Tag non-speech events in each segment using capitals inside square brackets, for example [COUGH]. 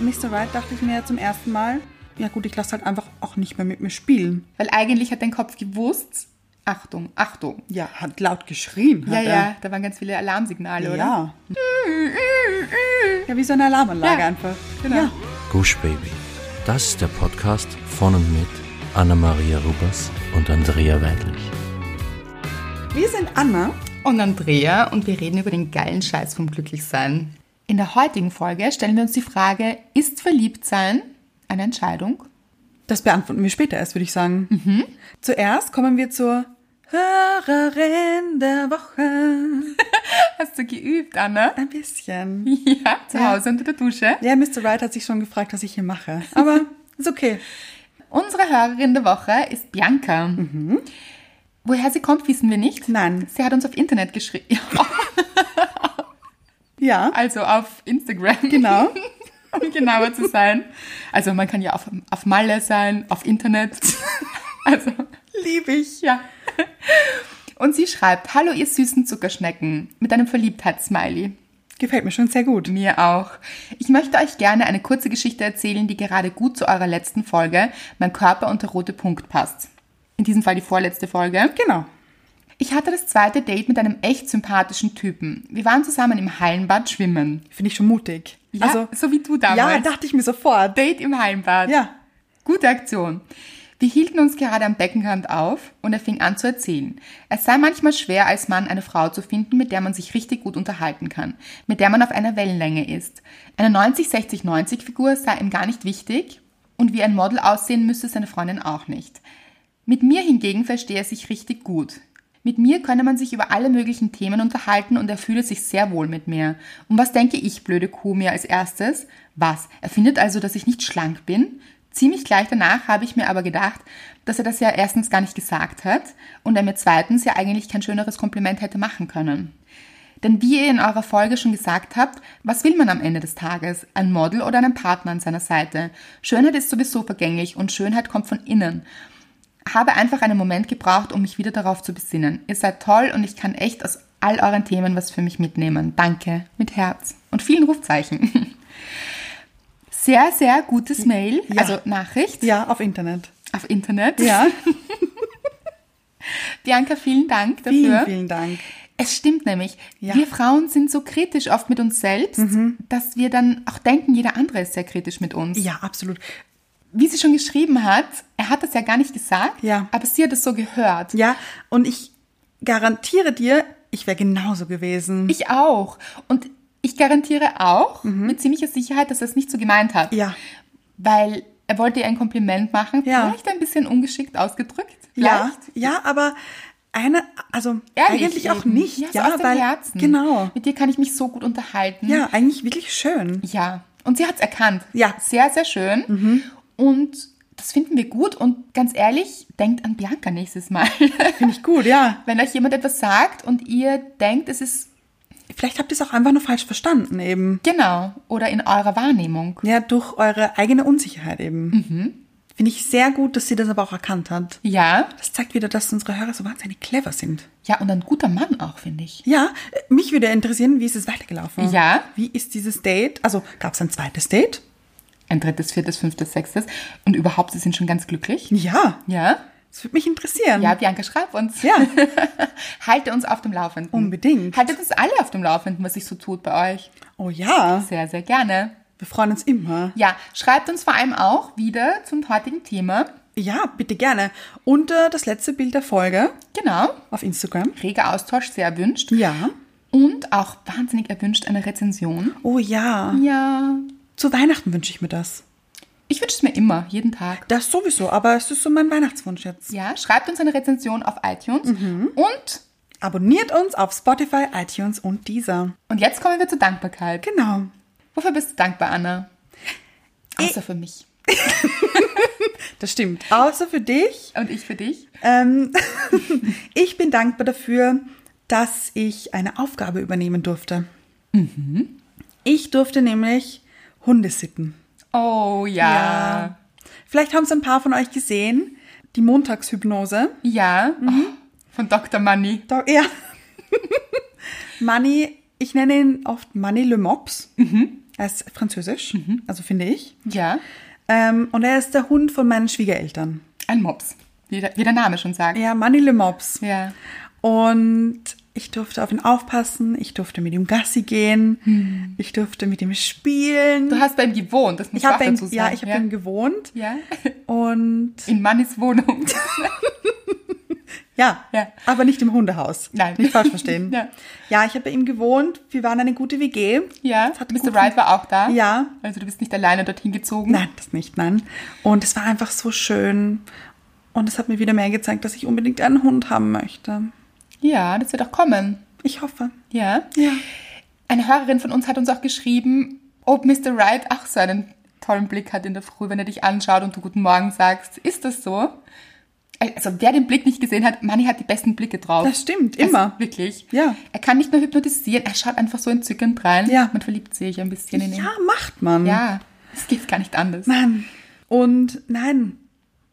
nicht so weit, dachte ich mir zum ersten Mal. Ja gut, ich lasse halt einfach auch nicht mehr mit mir spielen. Weil eigentlich hat dein Kopf gewusst, Achtung, Achtung. Ja, hat laut geschrien. Ja, Hat ja, da waren ganz viele Alarmsignale, er. oder? Ja. Ja, wie so eine Alarmanlage Ja, einfach. genau. Ja. Gush Baby. Das ist der Podcast von und mit Anna-Maria Rubers und Andrea Weidlich. Wir sind Anna. Und Andrea und wir reden über den geilen Scheiß vom Glücklichsein. In der heutigen Folge stellen wir uns die Frage, ist Verliebtsein eine Entscheidung? Das beantworten wir später erst, würde ich sagen. Zuerst kommen wir zur Hörerin der Woche. Hast du geübt, Anna? [LAUGHS] Ein bisschen. Ja, zu Ja. Hause unter der Dusche. Ja, Mr. Wright hat sich schon gefragt, was ich hier mache. Aber ist okay. Unsere Hörerin der Woche ist Bianca. Woher sie kommt, wissen wir nicht. Mhm. Nein. Sie hat uns auf Internet geschrieben. [LAUGHS] Ja, Also auf Instagram. genau. um [LAUGHS] genauer zu sein. Also man kann ja auf, auf Malle sein, auf Internet. [LAUGHS] Also, Lieb ich. ja. Und sie schreibt, hallo ihr süßen Zuckerschnecken, mit einem Verliebtheitssmiley. Gefällt mir schon sehr gut. Mir auch. Ich möchte euch gerne eine kurze Geschichte erzählen, die gerade gut zu eurer letzten Folge, mein Körper und der rote Punkt passt. In diesem Fall die vorletzte Folge. Genau. Ich hatte das zweite Date mit einem echt sympathischen Typen. Wir waren zusammen im Hallenbad schwimmen. Finde ich schon mutig. Ja, so wie du Also Ja, damals. dachte ich mir sofort. Date im Hallenbad. Ja. Gute Aktion. Wir hielten uns gerade am Beckenrand auf und er fing an zu erzählen. Es sei manchmal schwer, als Mann eine Frau zu finden, mit der man sich richtig gut unterhalten kann, mit der man auf einer Wellenlänge ist. Eine 90-60-90-Figur sei ihm gar nicht wichtig und wie ein Model aussehen müsse seine Freundin auch nicht. Mit mir hingegen verstehe er sich richtig gut. Mit mir könne man sich über alle möglichen Themen unterhalten und er fühle sich sehr wohl mit mir. Und was denke ich, blöde Kuh, mir als erstes? Was? Er findet also, dass ich nicht schlank bin? Ziemlich gleich danach habe ich mir aber gedacht, dass er das ja erstens gar nicht gesagt hat und er mir zweitens ja eigentlich kein schöneres Kompliment hätte machen können. Denn wie ihr in eurer Folge schon gesagt habt, was will man am Ende des Tages? Ein Model oder einen Partner an seiner Seite? Schönheit ist sowieso vergänglich und Schönheit kommt von innen habe einfach einen Moment gebraucht, um mich wieder darauf zu besinnen. Ihr seid toll und ich kann echt aus all euren Themen was für mich mitnehmen. Danke, mit Herz und vielen Rufzeichen. [LAUGHS] Sehr, sehr gutes Mail, Ja. also Nachricht Ja, auf Internet. auf Internet. [LAUGHS] Ja, Bianca, vielen Dank dafür. vielen, vielen Dank. Es stimmt nämlich, Ja. Mhm. wir Frauen sind so kritisch oft mit uns selbst, dass wir dann auch denken, jeder andere ist sehr kritisch mit uns. Ja, absolut. Wie sie schon geschrieben hat, er hat das ja gar nicht gesagt, Ja. aber sie hat es so gehört. Ja, und ich garantiere dir, ich wäre genauso gewesen. Ich auch. Und ich garantiere auch mit ziemlicher Sicherheit, dass er es nicht so gemeint hat. Mhm. Ja. Weil er wollte ihr ein Kompliment machen, Ja. vielleicht ein bisschen ungeschickt ausgedrückt. ja, Vielleicht. ja, aber eine, also Ehrlich eigentlich auch eben. nicht. Ja, Ja, so aus dem weil, Herzen. Genau. Mit dir kann ich mich so gut unterhalten. Ja, eigentlich wirklich schön. Ja. Und sie hat es erkannt. Ja. Mhm. Sehr, sehr schön. Und das finden wir gut. Und ganz ehrlich, denkt an Bianca nächstes Mal. [LAUGHS] Finde ich gut, ja. Wenn euch jemand etwas sagt und ihr denkt, es ist Vielleicht habt ihr es auch einfach nur falsch verstanden eben. genau oder in eurer Wahrnehmung. Ja, durch eure eigene Unsicherheit eben. Mhm. Finde ich sehr gut, dass sie das aber auch erkannt hat. Ja. Das zeigt wieder, dass unsere Hörer so wahnsinnig clever sind. Ja, und ein guter Mann auch, finde ich. Ja, äh, mich würde interessieren, wie ist es weitergelaufen? Ja. Wie ist dieses Date? Also gab es ein zweites Date? ein drittes, viertes, fünftes, sechstes und überhaupt, sie sind schon ganz glücklich. Ja, Ja? das würde mich interessieren. Ja, Bianca, schreib uns. Ja. [LAUGHS] Halte uns auf dem Laufenden. Unbedingt. Haltet uns alle auf dem Laufenden, was sich so tut bei euch. Oh ja, Sehr, sehr gerne. wir freuen uns immer. Ja, schreibt uns vor allem auch wieder zum heutigen Thema. Ja, bitte gerne. Und äh, das letzte Bild der Folge Genau. auf Instagram. Reger Austausch, sehr erwünscht. Ja. Und auch wahnsinnig erwünscht eine Rezension. Oh ja. Ja. Zu Weihnachten wünsche ich mir das. Ich wünsche es mir immer, jeden Tag. Das sowieso, aber es ist so mein Weihnachtswunsch jetzt. Ja, schreibt uns eine Rezension auf iTunes. Mhm. Und, Abonniert uns auf Spotify, iTunes und Deezer. und jetzt kommen wir zur Dankbarkeit. Genau. Wofür bist du dankbar, Anna? Eh. Außer für mich. Das stimmt. Außer für dich. Und ich für dich? Ähm, [LAUGHS] ich bin dankbar dafür, dass ich eine Aufgabe übernehmen durfte. Mhm. Ich durfte nämlich Hunde sitten. Oh ja. Vielleicht haben es ein paar von euch gesehen. Die Montagshypnose. Ja. Mhm. Oh, von Dr. Money. Da, ja. [LAUGHS] Mhm. Manny, ich nenne ihn oft Manny Le Mops. Er ist französisch, also finde ich. Ja, Ähm, und er ist der Hund von meinen Schwiegereltern. ein Mops. Wie der, wie der Name schon sagt. Ja, Manny Le Mops. Ja. Und ich durfte auf ihn aufpassen, ich durfte mit ihm Gassi gehen, ich durfte mit ihm spielen. Hm. Du hast bei ihm gewohnt, das muss ich habe auch bei ihm, dazu sagen. ja, ich habe bei ihm gewohnt. ja. Und In [LAUGHS] Mannis Wohnung. ja, Ja. aber nicht im Hundehaus. Nein. Nicht falsch verstehen. [LAUGHS] Ja. ja, ich habe bei ihm gewohnt. Wir waren eine gute WG. Ja, Das hat Mr. gut- Wright war auch da. Ja. Also du bist nicht alleine dorthin gezogen. Nein, das nicht, nein. Und es war einfach so schön. Und es hat mir wieder mehr gezeigt, dass ich unbedingt einen Hund haben möchte. Ja, das wird auch kommen. Ich hoffe. Ja. Eine Hörerin von uns hat uns auch geschrieben, ob Mr. Wright auch so einen tollen Blick hat in der Früh, wenn er dich anschaut und du Guten Morgen sagst. Ist das so? Also wer den Blick nicht gesehen hat, Manni hat die besten Blicke drauf. Das stimmt, immer. Also, wirklich. Ja. Er kann nicht nur hypnotisieren, er schaut einfach so entzückend rein. Ja. Man verliebt sich ein bisschen in ihn. Ja, macht man. Ja. Es geht gar nicht anders. Nein. Und nein,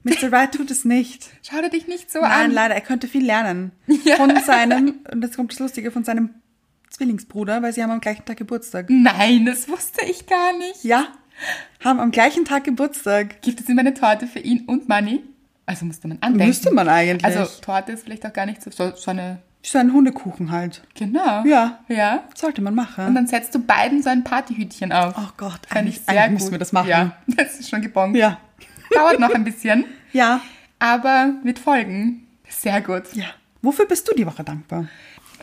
Mr. Wright tut es [LAUGHS] nicht. Schau dir dich nicht so Nein, an. leider, er könnte viel lernen. Von seinem, und das kommt das Lustige, von seinem Zwillingsbruder, weil sie haben am gleichen Tag Geburtstag. Nein, das wusste ich gar nicht. Ja, haben am gleichen Tag Geburtstag. Gibt es immer eine Torte für ihn und Manni? Also musste man andenken. Müsste man eigentlich. Also Torte ist vielleicht auch gar nicht so, so, so eine... So ein Hundekuchen halt. Genau. Ja. Ja. Sollte man machen. Und dann setzt du beiden so ein Partyhütchen auf. oh Gott, Fand eigentlich, eigentlich müssen wir das machen. Ja, [LAUGHS] das ist schon gebongt. Ja. Dauert noch ein bisschen, Ja. aber mit Folgen. Sehr gut. Ja. Wofür bist du die Woche dankbar?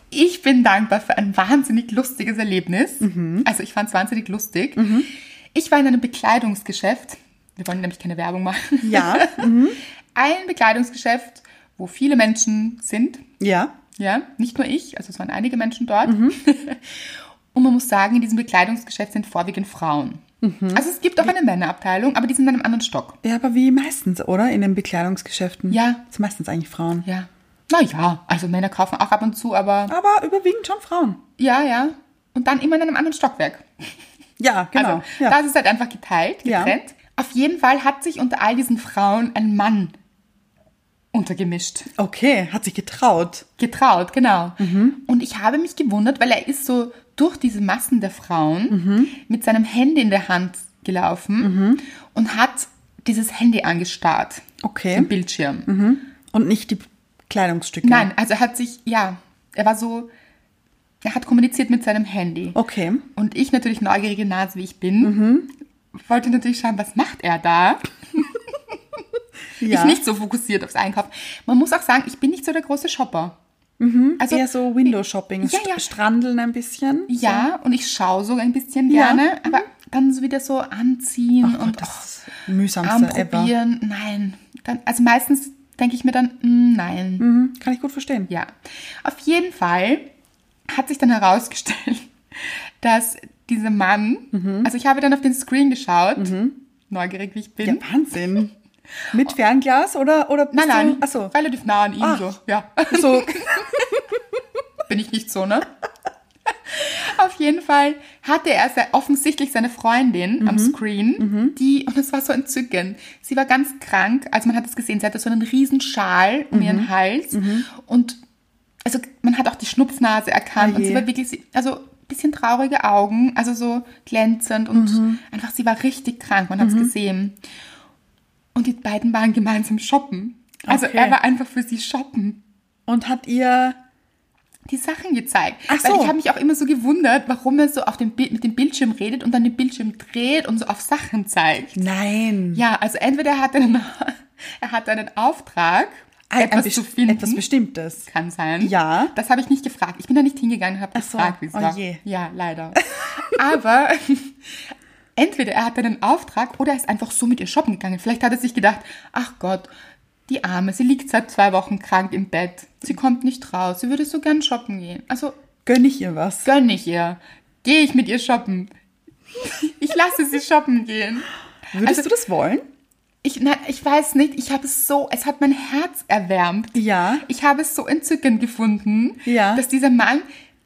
Ich bin dankbar für ein wahnsinnig lustiges Erlebnis. Mhm. Also ich fand es wahnsinnig lustig. Ich war in einem Bekleidungsgeschäft. Wir wollen nämlich keine Werbung machen. Ja. [LAUGHS] Ein Bekleidungsgeschäft, wo viele Menschen sind. ja. Ja, nicht nur ich, also es waren einige Menschen dort. Mhm. [LAUGHS] Und man muss sagen, in diesem Bekleidungsgeschäft sind vorwiegend Frauen. Mhm. Also es gibt auch eine Männerabteilung, aber die sind in einem anderen Stock. Ja, aber wie meistens, oder? In den Bekleidungsgeschäften. Ja. Sind meistens eigentlich Frauen. Ja. Naja, also Männer kaufen auch ab und zu, aber Aber überwiegend schon Frauen. ja, ja. Und dann immer in einem anderen Stockwerk. Ja, genau. Also ja. das ist halt einfach geteilt, Ja. getrennt. Auf jeden Fall hat sich unter all diesen Frauen ein Mann untergemischt. okay, hat sich getraut. Getraut, genau. Mhm. Und ich habe mich gewundert, weil er ist so durch diese Massen der Frauen Mhm. mit seinem Handy in der Hand gelaufen und hat dieses Handy angestarrt. Okay. Mhm, Den Bildschirm. Und nicht die Kleidungsstücke. Nein, also er hat sich, ja, er war so, er hat kommuniziert mit seinem Handy. Okay. Und ich natürlich neugierige Nase, wie ich bin, Mhm. wollte natürlich schauen, was macht er da? Ja. Ich nicht so fokussiert aufs Einkaufen. Man muss auch sagen, ich bin nicht so der große Shopper. Also Mhm. Eher so Window-Shopping, Ja, ja. st- strandeln ein bisschen. Ja, und ich schaue sogar ein bisschen Ja. gerne, aber dann so wieder so anziehen Oh, und das ist das och, mühsamste ever. anprobieren. Nein. Dann, also meistens denke ich mir dann, mm, nein. Mhm, kann ich gut verstehen. Ja. Auf jeden Fall hat sich dann herausgestellt, [LAUGHS] dass dieser Mann, also ich habe dann auf den Screen geschaut, neugierig wie ich bin. Mhm. Ja, Wahnsinn. Mit Fernglas oder, oder bist Oh. Nein, du- nein, Ach so. Ah. relativ nah an ihm Ach. so. Ja, so. [LAUGHS] bin ich nicht so, ne? Auf jeden Fall hatte er sehr offensichtlich seine Freundin Mhm. am Screen, die, und das war so entzückend, sie war ganz krank, also man hat es gesehen, sie hatte so einen riesen Schal um Mhm. ihren Hals und also man hat auch die Schnupfnase erkannt Oh und je. sie war wirklich, sie- also ein bisschen traurige Augen, also so glänzend und Mhm. einfach, sie war richtig krank, man hat es gesehen. Und die beiden waren gemeinsam shoppen. Also Okay. er war einfach für sie shoppen Und hat ihr. die Sachen gezeigt. Ach Weil so. ich habe mich auch immer so gewundert, warum er so auf dem Bild mit dem Bildschirm redet und dann den Bildschirm dreht und so auf Sachen zeigt. Nein. Ja, also entweder er hat einen, [LAUGHS] er hat einen Auftrag, etwas zu best- finden. etwas Bestimmtes. kann sein. Ja. Das habe ich nicht gefragt. Ich bin da nicht hingegangen und habe Ach so. gefragt, wie es Oh war. je. Ja, [LAUGHS] leider. Aber [LAUGHS] entweder er hat einen Auftrag oder er ist einfach so mit ihr shoppen gegangen. Vielleicht hat er sich gedacht, ach Gott, die Arme, sie liegt seit zwei Wochen krank im Bett. Sie kommt nicht raus. Sie würde so gern shoppen gehen. Also Gönn ich ihr was. gönne ich ihr. Gehe ich mit ihr shoppen. Ich lasse sie shoppen gehen. Würdest Also- du das wollen? Ich, nein, ich weiß nicht, ich habe es so, es hat mein Herz erwärmt. Ja. Ich habe es so entzückend gefunden, Ja. dass dieser Mann,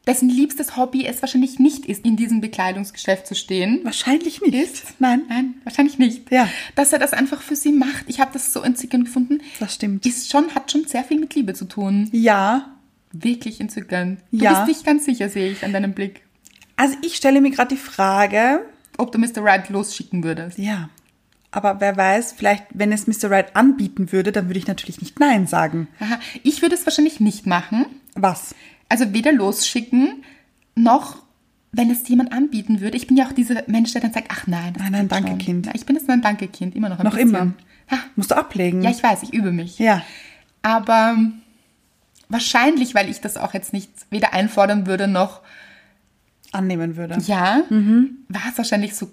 dessen liebstes Hobby es wahrscheinlich nicht ist, in diesem Bekleidungsgeschäft zu stehen. Wahrscheinlich nicht. Ist? Nein, Nein, wahrscheinlich nicht. Ja. Dass er das einfach für sie macht. Ich habe das so entzückend gefunden. das stimmt. Ist schon, hat schon sehr viel mit Liebe zu tun. ja. Wirklich entzückend. Du Ja. bist dich ganz sicher, sehe ich an deinem Blick. Also ich stelle mir gerade die Frage, ob du Mr. Right losschicken würdest. Ja. Aber wer weiß, vielleicht, wenn es Mr. Right anbieten würde, dann würde ich natürlich nicht Nein sagen. Aha. Ich würde es wahrscheinlich nicht machen. Was? Also weder losschicken, noch wenn es jemand anbieten würde. Ich bin ja auch dieser Mensch, der dann sagt, ach nein. das Nein, nein, geht danke, schon. Kind. Ja, ich bin jetzt nur ein Danke-Kind, immer noch ein Noch bisschen. immer. Ha. Musst du ablegen? Ja, ich weiß, ich übe mich. Ja. Aber wahrscheinlich, weil ich das auch jetzt nicht weder einfordern würde noch Annehmen würde. ja, war es wahrscheinlich so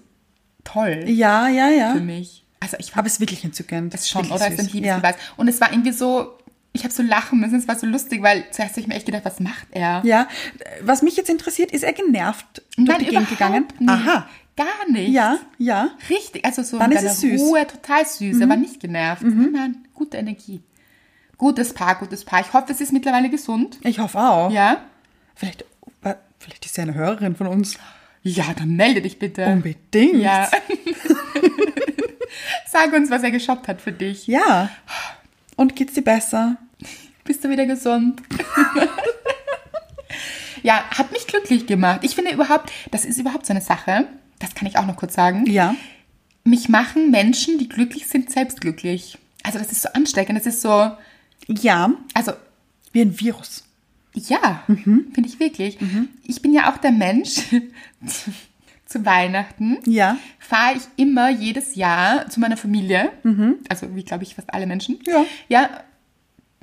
toll Mhm. Ja, ja, ja. für mich. Also ich war Aber es ist wirklich entzückend. es schon, Wirklich oder? Es ist ein süß. ja. Liebesbeweis. Und es war irgendwie so, ich habe so lachen müssen, es war so lustig, weil zuerst habe ich mir echt gedacht, was macht er? ja. Was mich jetzt interessiert, ist er genervt durch die Gegend gegangen? Nicht. Aha. Gar nicht. Ja, ja. Richtig, also so Dann mit ist es einer süß. Mhm. Ruhe, total süß. Er war nicht genervt. Nein, nein, gute Energie. Gutes Paar, gutes Paar. Ich hoffe, es ist mittlerweile gesund. Ich hoffe auch. Ja? Vielleicht, vielleicht ist ja eine Hörerin von uns. Ja, dann melde dich bitte. Unbedingt. Ja. [LAUGHS] Sag uns, was er geshoppt hat für dich. Ja. Und geht's dir besser? Bist du wieder gesund? [LAUGHS] ja, hat mich glücklich gemacht. Ich finde überhaupt, das ist überhaupt so eine Sache. Das kann ich auch noch kurz sagen. Ja. Mich machen Menschen, die glücklich sind, selbst glücklich. Also das ist so ansteckend. Das ist so, Ja. also Wie ein Virus. ja, Mhm. finde ich wirklich. Ich bin ja auch der Mensch. [LAUGHS] zu Weihnachten Ja. fahre ich immer jedes Jahr zu meiner Familie. Also wie, glaube ich, fast alle Menschen. Mhm. Ja. Mhm. Ja.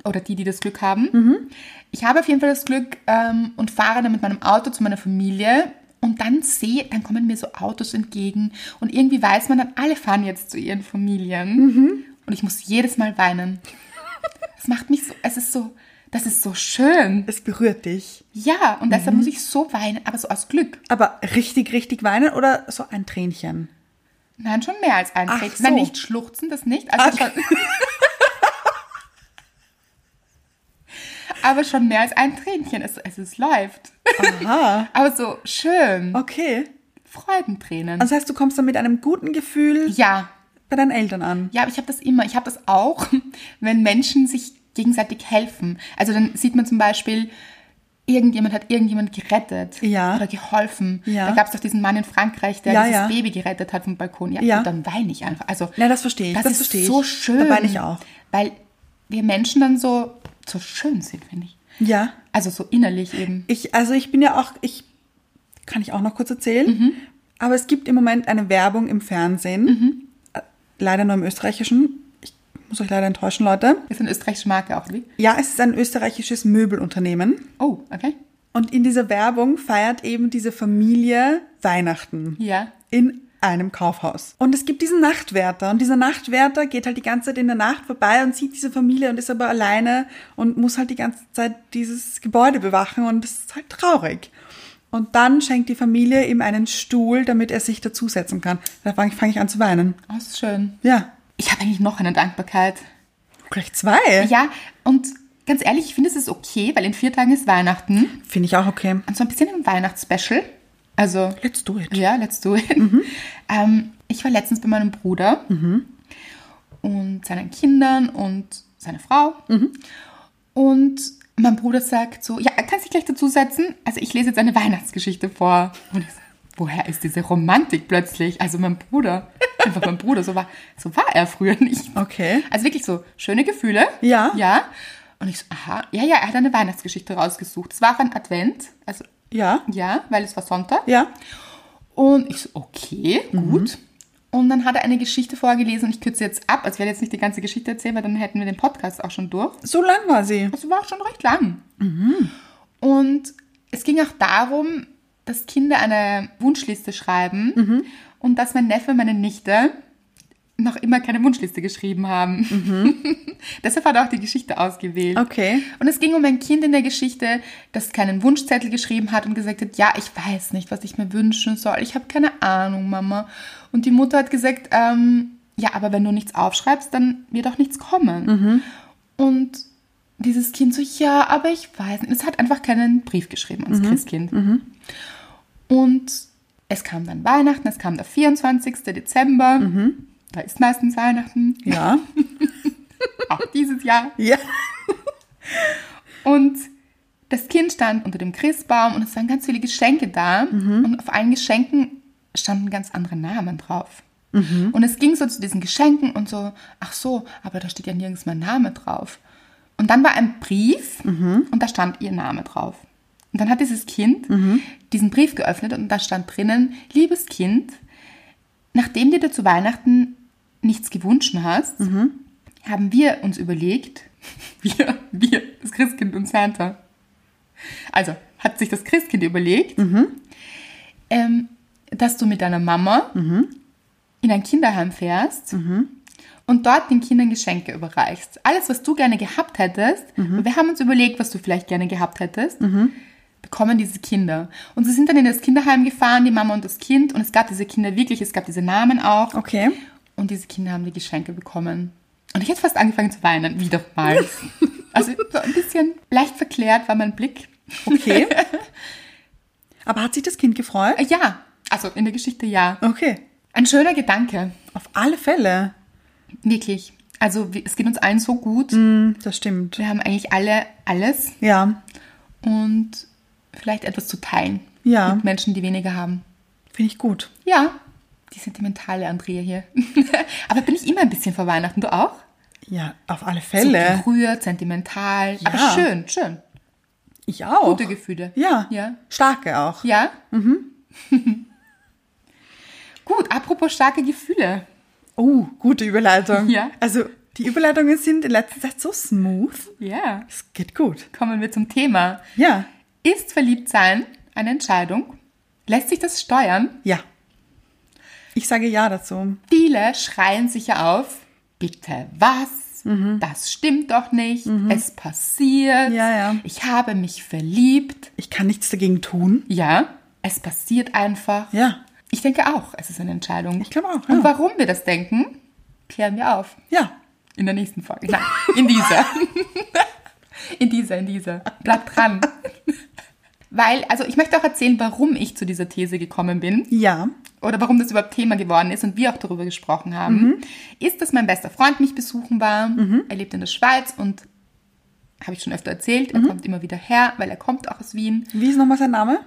Oder die, die das Glück haben. Ich habe auf jeden Fall das Glück ähm, und fahre dann mit meinem Auto zu meiner Familie. Und dann sehe, dann kommen mir so Autos entgegen. Und irgendwie weiß man dann, alle fahren jetzt zu ihren Familien. Mhm. Und ich muss jedes Mal weinen. Es macht mich so, es ist so, das ist so schön. Es berührt dich. Ja, und deshalb Mhm. muss ich so weinen, aber so aus Glück. Aber richtig, richtig weinen oder so ein Tränchen? Nein, schon mehr als ein Ach Tränchen. so. Nein, nicht schluchzen, das nicht. Also schon, aber schon mehr als ein Tränchen. Es, es, es läuft. Aha. Aber so schön. Okay. Also Freudentränen. Das heißt, du kommst dann mit einem guten Gefühl ja. bei deinen Eltern an. Ja, aber ich habe das immer. Ich habe das auch, [LAUGHS] wenn Menschen sich gegenseitig helfen. Also dann sieht man zum Beispiel, irgendjemand hat irgendjemand gerettet Ja. oder geholfen. Ja. Da gab es doch diesen Mann in Frankreich, der Ja, dieses ja. Baby gerettet hat vom Balkon. Ja, Ja. Und dann weine ich einfach. Also Ja, das verstehe ich, das ist verstehe ich. so schön. Da weine ich auch. Weil wir Menschen dann so, so schön sind, finde ich. Ja. Also so innerlich eben. Ich, also ich bin ja auch, ich kann ich auch noch kurz erzählen, aber es gibt im Moment eine Werbung im Fernsehen, Äh, leider nur im österreichischen. Ich muss euch leider enttäuschen, Leute. Ist eine österreichische Marke auch, wie? Ja, es ist ein österreichisches Möbelunternehmen Oh, okay. und in dieser Werbung feiert eben diese Familie Weihnachten Ja. in einem Kaufhaus. Und es gibt diesen Nachtwärter und dieser Nachtwärter geht halt die ganze Zeit in der Nacht vorbei und sieht diese Familie und ist aber alleine und muss halt die ganze Zeit dieses Gebäude bewachen und das ist halt traurig. Und dann schenkt die Familie ihm einen Stuhl, damit er sich dazusetzen kann. Da fange ich, fang ich an zu weinen. Oh, ist schön. Ja, Ich habe eigentlich noch eine Dankbarkeit. gleich zwei. Ja, und ganz ehrlich, ich finde, es ist okay, weil in vier Tagen ist Weihnachten. Finde ich auch okay. Und so ein bisschen ein Weihnachtsspecial. Also, Let's do it. ja, let's do it. Mhm. Ähm, ich war letztens bei meinem Bruder und seinen Kindern und seiner Frau. Mhm. Und mein Bruder sagt so, ja, kannst du dich gleich dazusetzen? Also ich lese jetzt eine Weihnachtsgeschichte vor. Und ich so, woher ist diese Romantik plötzlich? Also mein Bruder, einfach mein Bruder, so war, so war er früher nicht. Okay. Also wirklich so schöne Gefühle. Ja. Ja. Und ich so, aha, ja, ja, er hat eine Weihnachtsgeschichte rausgesucht. Es war auch ein Advent, also Ja, ja, weil es war Sonntag. ja. Und ich so, okay, gut. Und dann hat er eine Geschichte vorgelesen und ich kürze jetzt ab. Also ich werde jetzt nicht die ganze Geschichte erzählen, weil dann hätten wir den Podcast auch schon durch. So lang war sie. Also war auch schon recht lang. Und es ging auch darum, dass Kinder eine Wunschliste schreiben und dass mein Neffe und meine Nichte noch immer keine Wunschliste geschrieben haben. [LAUGHS] Deshalb hat er auch die Geschichte ausgewählt. Okay. Und es ging um ein Kind in der Geschichte, das keinen Wunschzettel geschrieben hat und gesagt hat, ja, ich weiß nicht, was ich mir wünschen soll. Ich habe keine Ahnung, Mama. Und die Mutter hat gesagt, ähm, ja, aber wenn du nichts aufschreibst, dann wird auch nichts kommen. Und dieses Kind so, ja, aber ich weiß nicht. Es hat einfach keinen Brief geschrieben ans Christkind. Und es kam dann Weihnachten, es kam der 24. Dezember. Da ist meistens Weihnachten, [LAUGHS] Ja. auch dieses Jahr. Ja. Und das Kind stand unter dem Christbaum und es waren ganz viele Geschenke da. Und auf allen Geschenken standen ganz andere Namen drauf. Und es ging so zu diesen Geschenken und so, ach so, aber da steht ja nirgends mein Name drauf. Und dann war ein Brief und da stand ihr Name drauf. Und dann hat dieses Kind diesen Brief geöffnet und da stand drinnen, liebes Kind, nachdem du dir zu Weihnachten nichts gewünscht hast, haben wir uns überlegt, [LAUGHS] wir, wir, das Christkind und Santa. Also hat sich das Christkind überlegt, ähm, dass du mit deiner Mama in ein Kinderheim fährst und dort den Kindern Geschenke überreichst. Alles, was du gerne gehabt hättest, und wir haben uns überlegt, was du vielleicht gerne gehabt hättest, bekommen diese Kinder. Und sie sind dann in das Kinderheim gefahren, die Mama und das Kind, und es gab diese Kinder wirklich, es gab diese Namen auch. Okay. Und diese Kinder haben die Geschenke bekommen. Und ich hätte fast angefangen zu weinen, wieder mal. [LAUGHS] also so ein bisschen leicht verklärt war mein Blick. Okay. Aber hat sich das Kind gefreut? Äh, Ja, also in der Geschichte ja. Okay. Ein schöner Gedanke, Auf alle Fälle. wirklich. Also wir- es geht uns allen so gut. Hm, das stimmt. Wir haben eigentlich alle alles Ja. und vielleicht etwas zu teilen Ja. mit Menschen, die weniger haben. Finde ich gut. Ja, die sentimentale Andrea hier. [LAUGHS] Aber bin ich immer ein bisschen vor Weihnachten, du auch? Ja, auf alle So Fälle. Gerührt, sentimental, aber Ja. schön, schön. Ich auch. Gute Gefühle. Ja. Ja. Starke auch. Ja? Mhm. [LAUGHS] Gut, apropos starke Gefühle. Oh, gute Überleitung. Ja. Also, die Überleitungen sind in letzter Zeit so smooth. Ja. Es geht gut. Kommen wir zum Thema. Ja. Ist Verliebtsein eine Entscheidung? Lässt sich das steuern? Ja. Ich sage ja dazu. Viele schreien sich ja auf, bitte was? Das stimmt doch nicht. Es passiert. Mhm. Ja, ja. Ich habe mich verliebt. Ich kann nichts dagegen tun. Ja, es passiert einfach. Ja. Ich denke auch, es ist eine Entscheidung. Ich glaube auch, ja. Und warum wir das denken, klären wir auf. Ja. In der nächsten Folge. Nein, in dieser. in dieser, in dieser. Bleibt dran. Weil, also ich möchte auch erzählen, warum ich zu dieser These gekommen bin Ja. oder warum das überhaupt Thema geworden ist und wir auch darüber gesprochen haben, Mhm. ist, dass mein bester Freund mich besuchen war. Er lebt in der Schweiz und habe ich schon öfter erzählt, Mhm. er kommt immer wieder her, weil er kommt auch aus Wien. Wie ist nochmal sein Name?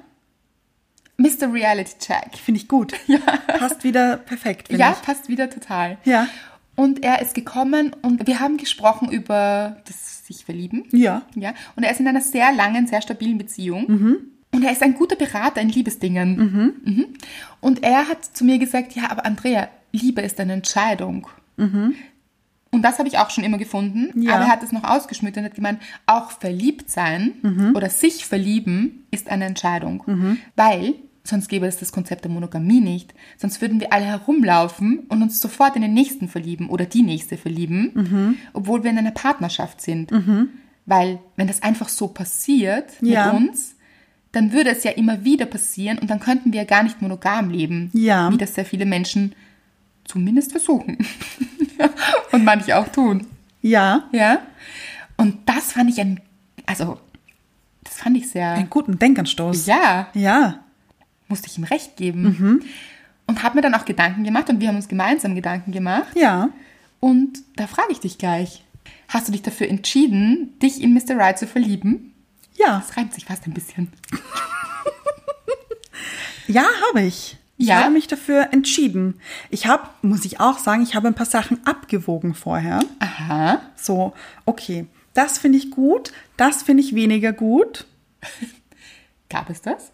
Mr. Reality Check. Finde ich gut. [LAUGHS] Ja. Passt wieder perfekt, finde Ja, ich. passt wieder total. Ja. Und er ist gekommen und wir haben gesprochen über das sich verlieben. Ja. Ja. Und er ist in einer sehr langen, sehr stabilen Beziehung. Und er ist ein guter Berater in Liebesdingen. Mhm. Und er hat zu mir gesagt, ja, aber Andrea, Liebe ist eine Entscheidung. Und das habe ich auch schon immer gefunden. Mhm. Ja. Aber er hat es noch ausgeschmückt und hat gemeint, auch verliebt sein Mhm. oder sich verlieben ist eine Entscheidung. Weil sonst gäbe es das Konzept der Monogamie nicht. Sonst würden wir alle herumlaufen und uns sofort in den nächsten verlieben oder die nächste verlieben, Mhm. obwohl wir in einer Partnerschaft sind. Weil wenn das einfach so passiert Ja. mit uns, dann würde es ja immer wieder passieren und dann könnten wir ja gar nicht monogam leben, Ja. wie das sehr viele Menschen zumindest versuchen. [LAUGHS] und manche auch tun. Ja. Ja. Und das fand ich ein, also, das fand ich sehr, Einen guten Denkanstoß. ja, Ja. musste ich ihm recht geben. Und habe mir dann auch Gedanken gemacht und wir haben uns gemeinsam Gedanken gemacht. Ja. Und da frage ich dich gleich, hast du dich dafür entschieden, dich in Mr. Right zu verlieben? Ja. Das reimt sich fast ein bisschen. Ja, habe ich. Ich Ja? habe mich dafür entschieden. Ich habe, muss ich auch sagen, ich habe ein paar Sachen abgewogen vorher. Aha. So, okay, das finde ich gut, das finde ich weniger gut. Gab es das?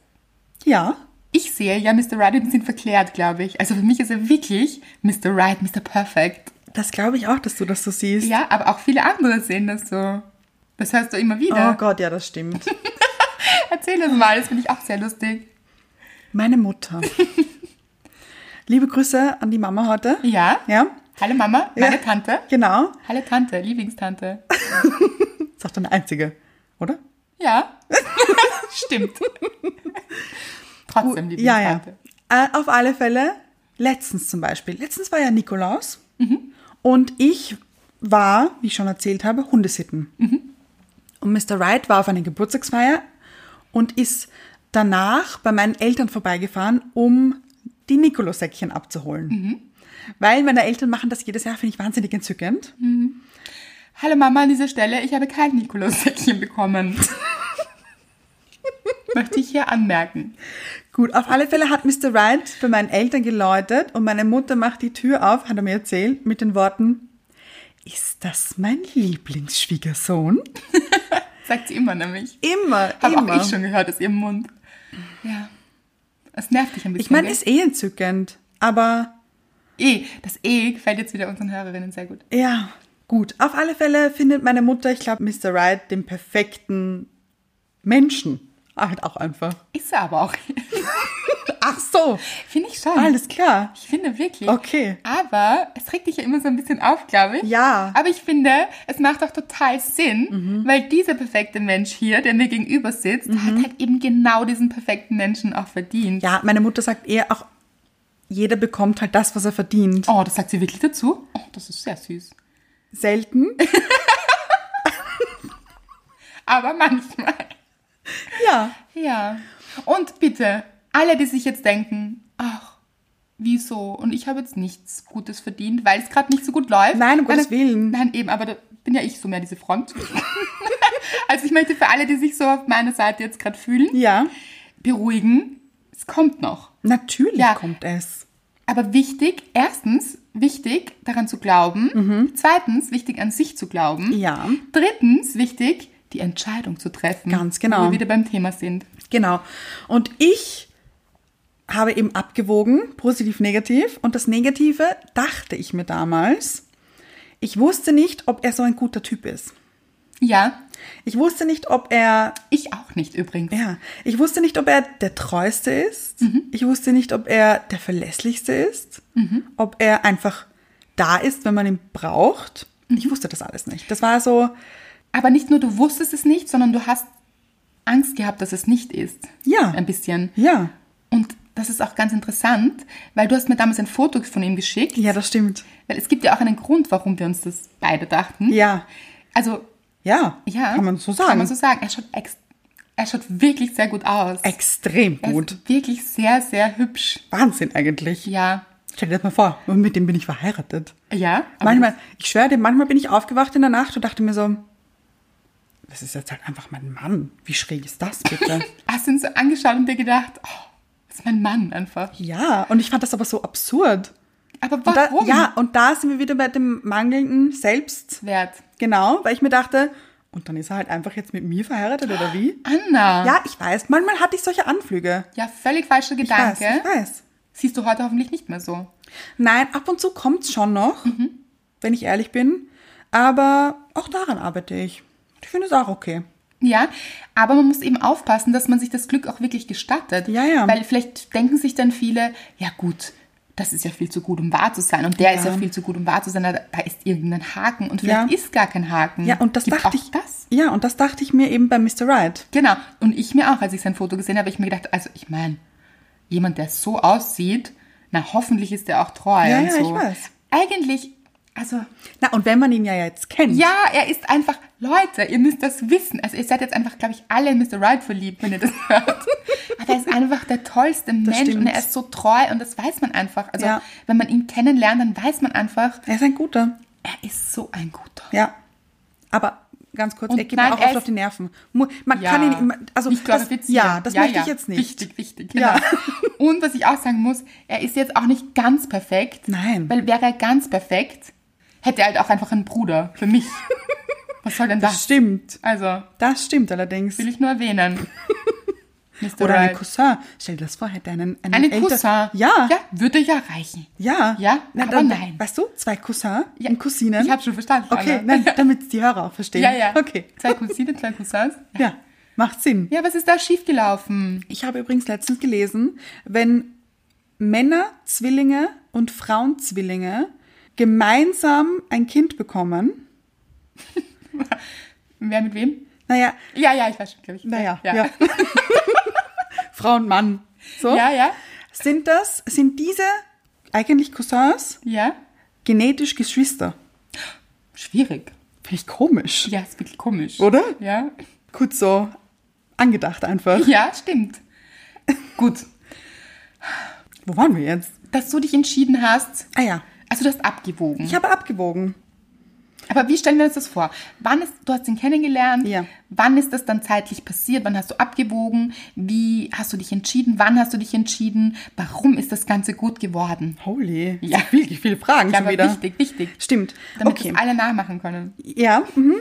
Ja, Ich sehe ja Mr. Right ein bisschen verklärt, glaube ich. Also für mich ist er wirklich Mr. Right, Mr. Perfect. das glaube ich auch, dass du das so siehst. Ja, aber auch viele andere sehen das so. Das hörst du immer wieder. Oh Gott, ja, das stimmt. Erzähl das mal, das finde ich auch sehr lustig. Meine [LAUGHS] Mutter. Liebe Grüße an die Mama heute. Ja? Ja, Hallo Mama, meine Ja. Tante. genau. Hallo Tante, Lieblingstante. Ist auch deine einzige, oder? [LAUGHS] Ja. Stimmt. Trotzdem Ja, ja. Lieblingstante. Äh, auf alle Fälle, letztens zum Beispiel. Letztens war ja Nikolaus und ich war, wie ich schon erzählt habe, Hundesitten. Und Mr. Wright war auf einer Geburtstagsfeier und ist danach bei meinen Eltern vorbeigefahren, um die Nikolaussäckchen abzuholen. Weil meine Eltern machen das jedes Jahr, finde ich wahnsinnig entzückend. [LAUGHS] Hallo Mama an dieser Stelle, ich habe kein Nikolaussäckchen bekommen. möchte ich hier anmerken. Gut, auf alle Fälle hat Mr. Wright bei meinen Eltern geläutet und meine Mutter macht die Tür auf, hat er mir erzählt, mit den Worten, ist das mein Lieblingsschwiegersohn? Sagt sie immer nämlich. Immer, Habe immer. auch ich schon gehört aus ihrem Mund. Ja. Es nervt dich ein bisschen. ich meine, gell? ist eh entzückend, aber eh, das E gefällt jetzt wieder unseren Hörerinnen sehr gut. Ja, gut. Auf alle Fälle findet meine Mutter, ich glaube, Mr. Wright den perfekten Menschen. Ah, Halt auch einfach. Ist er aber auch. [LAUGHS] Ach so, Finde ich schon. alles klar. Ich finde wirklich. Okay. Aber es regt dich ja immer so ein bisschen auf, glaube ich. Ja. Mhm. Aber ich finde, es macht auch total Sinn, weil dieser perfekte Mensch hier, der mir gegenüber sitzt, hat halt eben genau diesen perfekten Menschen auch verdient. Ja, meine Mutter sagt eher auch, jeder bekommt halt das, was er verdient. Oh, das sagt sie wirklich dazu? Oh, das ist sehr süß. [LAUGHS] Selten. Aber manchmal. Ja. Ja. Und bitte, alle, die sich jetzt denken, ach, wieso? Und ich habe jetzt nichts Gutes verdient, weil es gerade nicht so gut läuft. Nein, um Weil- Gottes Willen. Nein, eben, aber da bin ja ich so mehr diese Front. [LAUGHS] also ich möchte für alle, die sich so auf meiner Seite jetzt gerade fühlen, Ja. beruhigen. Es kommt noch. Natürlich Ja. kommt es. Aber wichtig, erstens, wichtig, daran zu glauben. Zweitens, wichtig, an sich zu glauben. Mhm. Ja. Drittens, wichtig, die Entscheidung zu treffen. Ganz genau. Wo wir wieder beim Thema sind. Genau. Und ich habe eben abgewogen, positiv, negativ. Und das Negative dachte ich mir damals. Ich wusste nicht, ob er so ein guter Typ ist. Ja, Ich wusste nicht, ob er, ich auch nicht übrigens. ja, ich wusste nicht, ob er der treueste ist. Mhm. Ich wusste nicht, ob er der verlässlichste ist. Mhm. Ob er einfach da ist, wenn man ihn braucht. Mhm. Ich wusste das alles nicht. Das war so, Aber nicht nur du wusstest es nicht, sondern du hast Angst gehabt, dass es nicht ist. Ja. Ein bisschen. ja, Und das ist auch ganz interessant, weil du hast mir damals ein Foto von ihm geschickt. ja, das stimmt. Weil es gibt ja auch einen Grund, warum wir uns das beide dachten. Ja, Also, ja, ja. kann man so sagen. Kann man so sagen. Er schaut, ex er schaut wirklich sehr gut aus. Extrem Er gut. ist wirklich sehr, sehr hübsch. Wahnsinn eigentlich. Ja. Stell dir das mal vor, und mit dem bin ich verheiratet. Ja. aber Manchmal, ich schwöre dir, manchmal bin ich aufgewacht in der Nacht und dachte mir so, das ist jetzt halt einfach mein Mann. Wie schräg ist das bitte? [LAUGHS] Hast du ihn so angeschaut und dir gedacht, oh, das ist mein Mann einfach. ja, und ich fand das aber so absurd. Aber Und da, warum? ja, und da sind wir wieder bei dem mangelnden Selbst. Wert. Genau, weil ich mir dachte, und dann ist er halt einfach jetzt mit mir verheiratet oder wie? Anna. Ja, ich weiß, manchmal hatte ich solche Anflüge. Ja, völlig falsche Ich weiß, Gedanke. ich weiß. Siehst du heute hoffentlich nicht mehr so. Nein, ab und zu kommt's schon noch, Mhm. wenn ich ehrlich bin. Aber auch daran arbeite ich. Ich finde es auch okay. Ja, aber man muss eben aufpassen, dass man sich das Glück auch wirklich gestattet. Ja, ja. Weil vielleicht denken sich dann viele, ja gut, das ist ja viel zu gut, um wahr zu sein. Und der ist ja Ja. viel zu gut, um wahr zu sein. Da da ist irgendein Haken. Und vielleicht Ja. ist gar kein Haken. Ja, und das Gibt auch dachte ich. Das? Ja, und das dachte ich mir eben bei Mr. Right. Genau. Und ich mir auch, als ich sein Foto gesehen habe, ich mir gedacht, also ich meine, jemand, der so aussieht, na hoffentlich ist der auch treu. Ja, und ja, so. ich weiß. Eigentlich, also Na, und wenn man ihn ja jetzt kennt. Ja, er ist einfach, Leute, ihr müsst das wissen. Also ihr seid jetzt einfach, glaube ich, alle in Mr. Right verliebt, wenn ihr das [LAUGHS] hört. Aber er ist einfach der tollste Mensch und stimmt. er ist so treu und das weiß man einfach. Also Ja. wenn man ihn kennenlernt, dann weiß man einfach, Er ist ein guter. er ist so ein guter. Ja. Aber ganz kurz, Und er geht mir nein, auch er oft ist- auf die Nerven. Mu- Man kann ihn immer, also nicht das, glorifizieren. ja, das möchte ich jetzt nicht. Wichtig, wichtig. Genau. Ja. Und was ich auch sagen muss, er ist jetzt auch nicht ganz perfekt. Nein. Weil wäre er ganz perfekt, hätte er halt auch einfach einen Bruder [LAUGHS] für mich. Was soll denn das? Das stimmt. Also, Das stimmt allerdings. will ich nur [LAUGHS] erwähnen. Mr. Oder einen Right. Cousin. Stell dir das vor, hätte einen, einen Eine älter- Cousin. Ja, ja. Würde ja reichen. ja. Ja, Na, aber dann, nein. Weißt du, zwei Cousins Ja, und Cousinen. ich hab schon verstanden, Okay, Anna. nein, [LAUGHS] damit die Hörer auch verstehen. Ja, ja. Okay, Zwei Cousinen, zwei Cousins. ja, macht Sinn. Ja, was ist da schiefgelaufen? Ich habe übrigens letztens gelesen, wenn Männer Zwillinge und Frauen Zwillinge gemeinsam ein Kind bekommen, Wer mit wem? naja, Ja, ja, ich weiß schon, glaube ich. naja, ja. Ja. Ja. [LAUGHS] Frau und Mann. So. ja, ja. Sind das, sind diese eigentlich Cousins genetisch Geschwister? Schwierig. Finde ich komisch. Ja, ist wirklich komisch. Oder? Ja. Kurz so angedacht einfach. Ja, stimmt. Gut. Wo waren wir jetzt? Dass du dich entschieden hast, Ah ja, also du hast abgewogen. ich habe abgewogen. Aber wie stellen wir uns das vor? Wann ist, du hast ihn kennengelernt, Ja. wann ist das dann zeitlich passiert? Wann hast du abgewogen? Wie hast du dich entschieden? Wann hast du dich entschieden? Warum ist das Ganze gut geworden? Holy. Ja. Viel, viele Fragen Ja, schon aber wieder. wichtig, wichtig. Stimmt. Damit okay. das alle nachmachen können. Ja, mhm.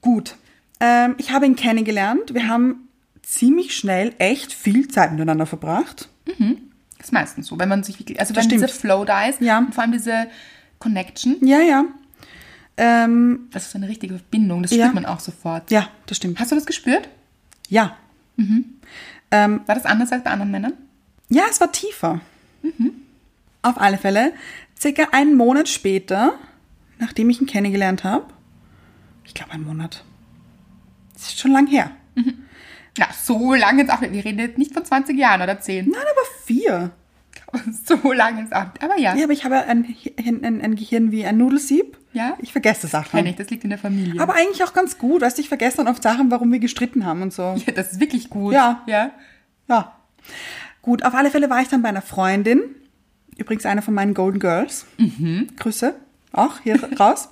gut. Ähm, ich habe ihn kennengelernt. Wir haben ziemlich schnell echt viel Zeit miteinander verbracht. Das ist meistens so, wenn man sich wirklich, also Das wenn stimmt. dieser Flow da ist Ja. und vor allem diese Connection, Ja, ja. Ähm, das ist so eine richtige Verbindung, das Ja. spürt man auch sofort. ja, das stimmt. Hast du das gespürt? Ja. Ähm, War das anders als bei anderen Männern? Ja, es war tiefer. Mhm. Auf alle Fälle, circa einen Monat später, nachdem ich ihn kennengelernt habe, ich glaube einen Monat, das ist schon lang her. Ja, so lange jetzt auch nicht. Wir reden jetzt nicht von 20 Jahren oder 10. Nein, aber vier. [LAUGHS] So lange jetzt auch nicht. Aber ja, Hm? Ja, aber ich habe ein, Hi- ein, ein Gehirn wie ein Nudelsieb. Ja. Ich vergesse Sachen. kenne ich, das liegt in der Familie. Aber eigentlich auch ganz gut, weißt du, ich vergesse dann oft Sachen, warum wir gestritten haben und so. [LAUGHS] ja, das ist wirklich gut. Ja. ja. Ja. Gut, auf alle Fälle war ich dann bei einer Freundin. Übrigens eine von meinen Golden Girls. Mhm. Grüße auch hier [LAUGHS] raus.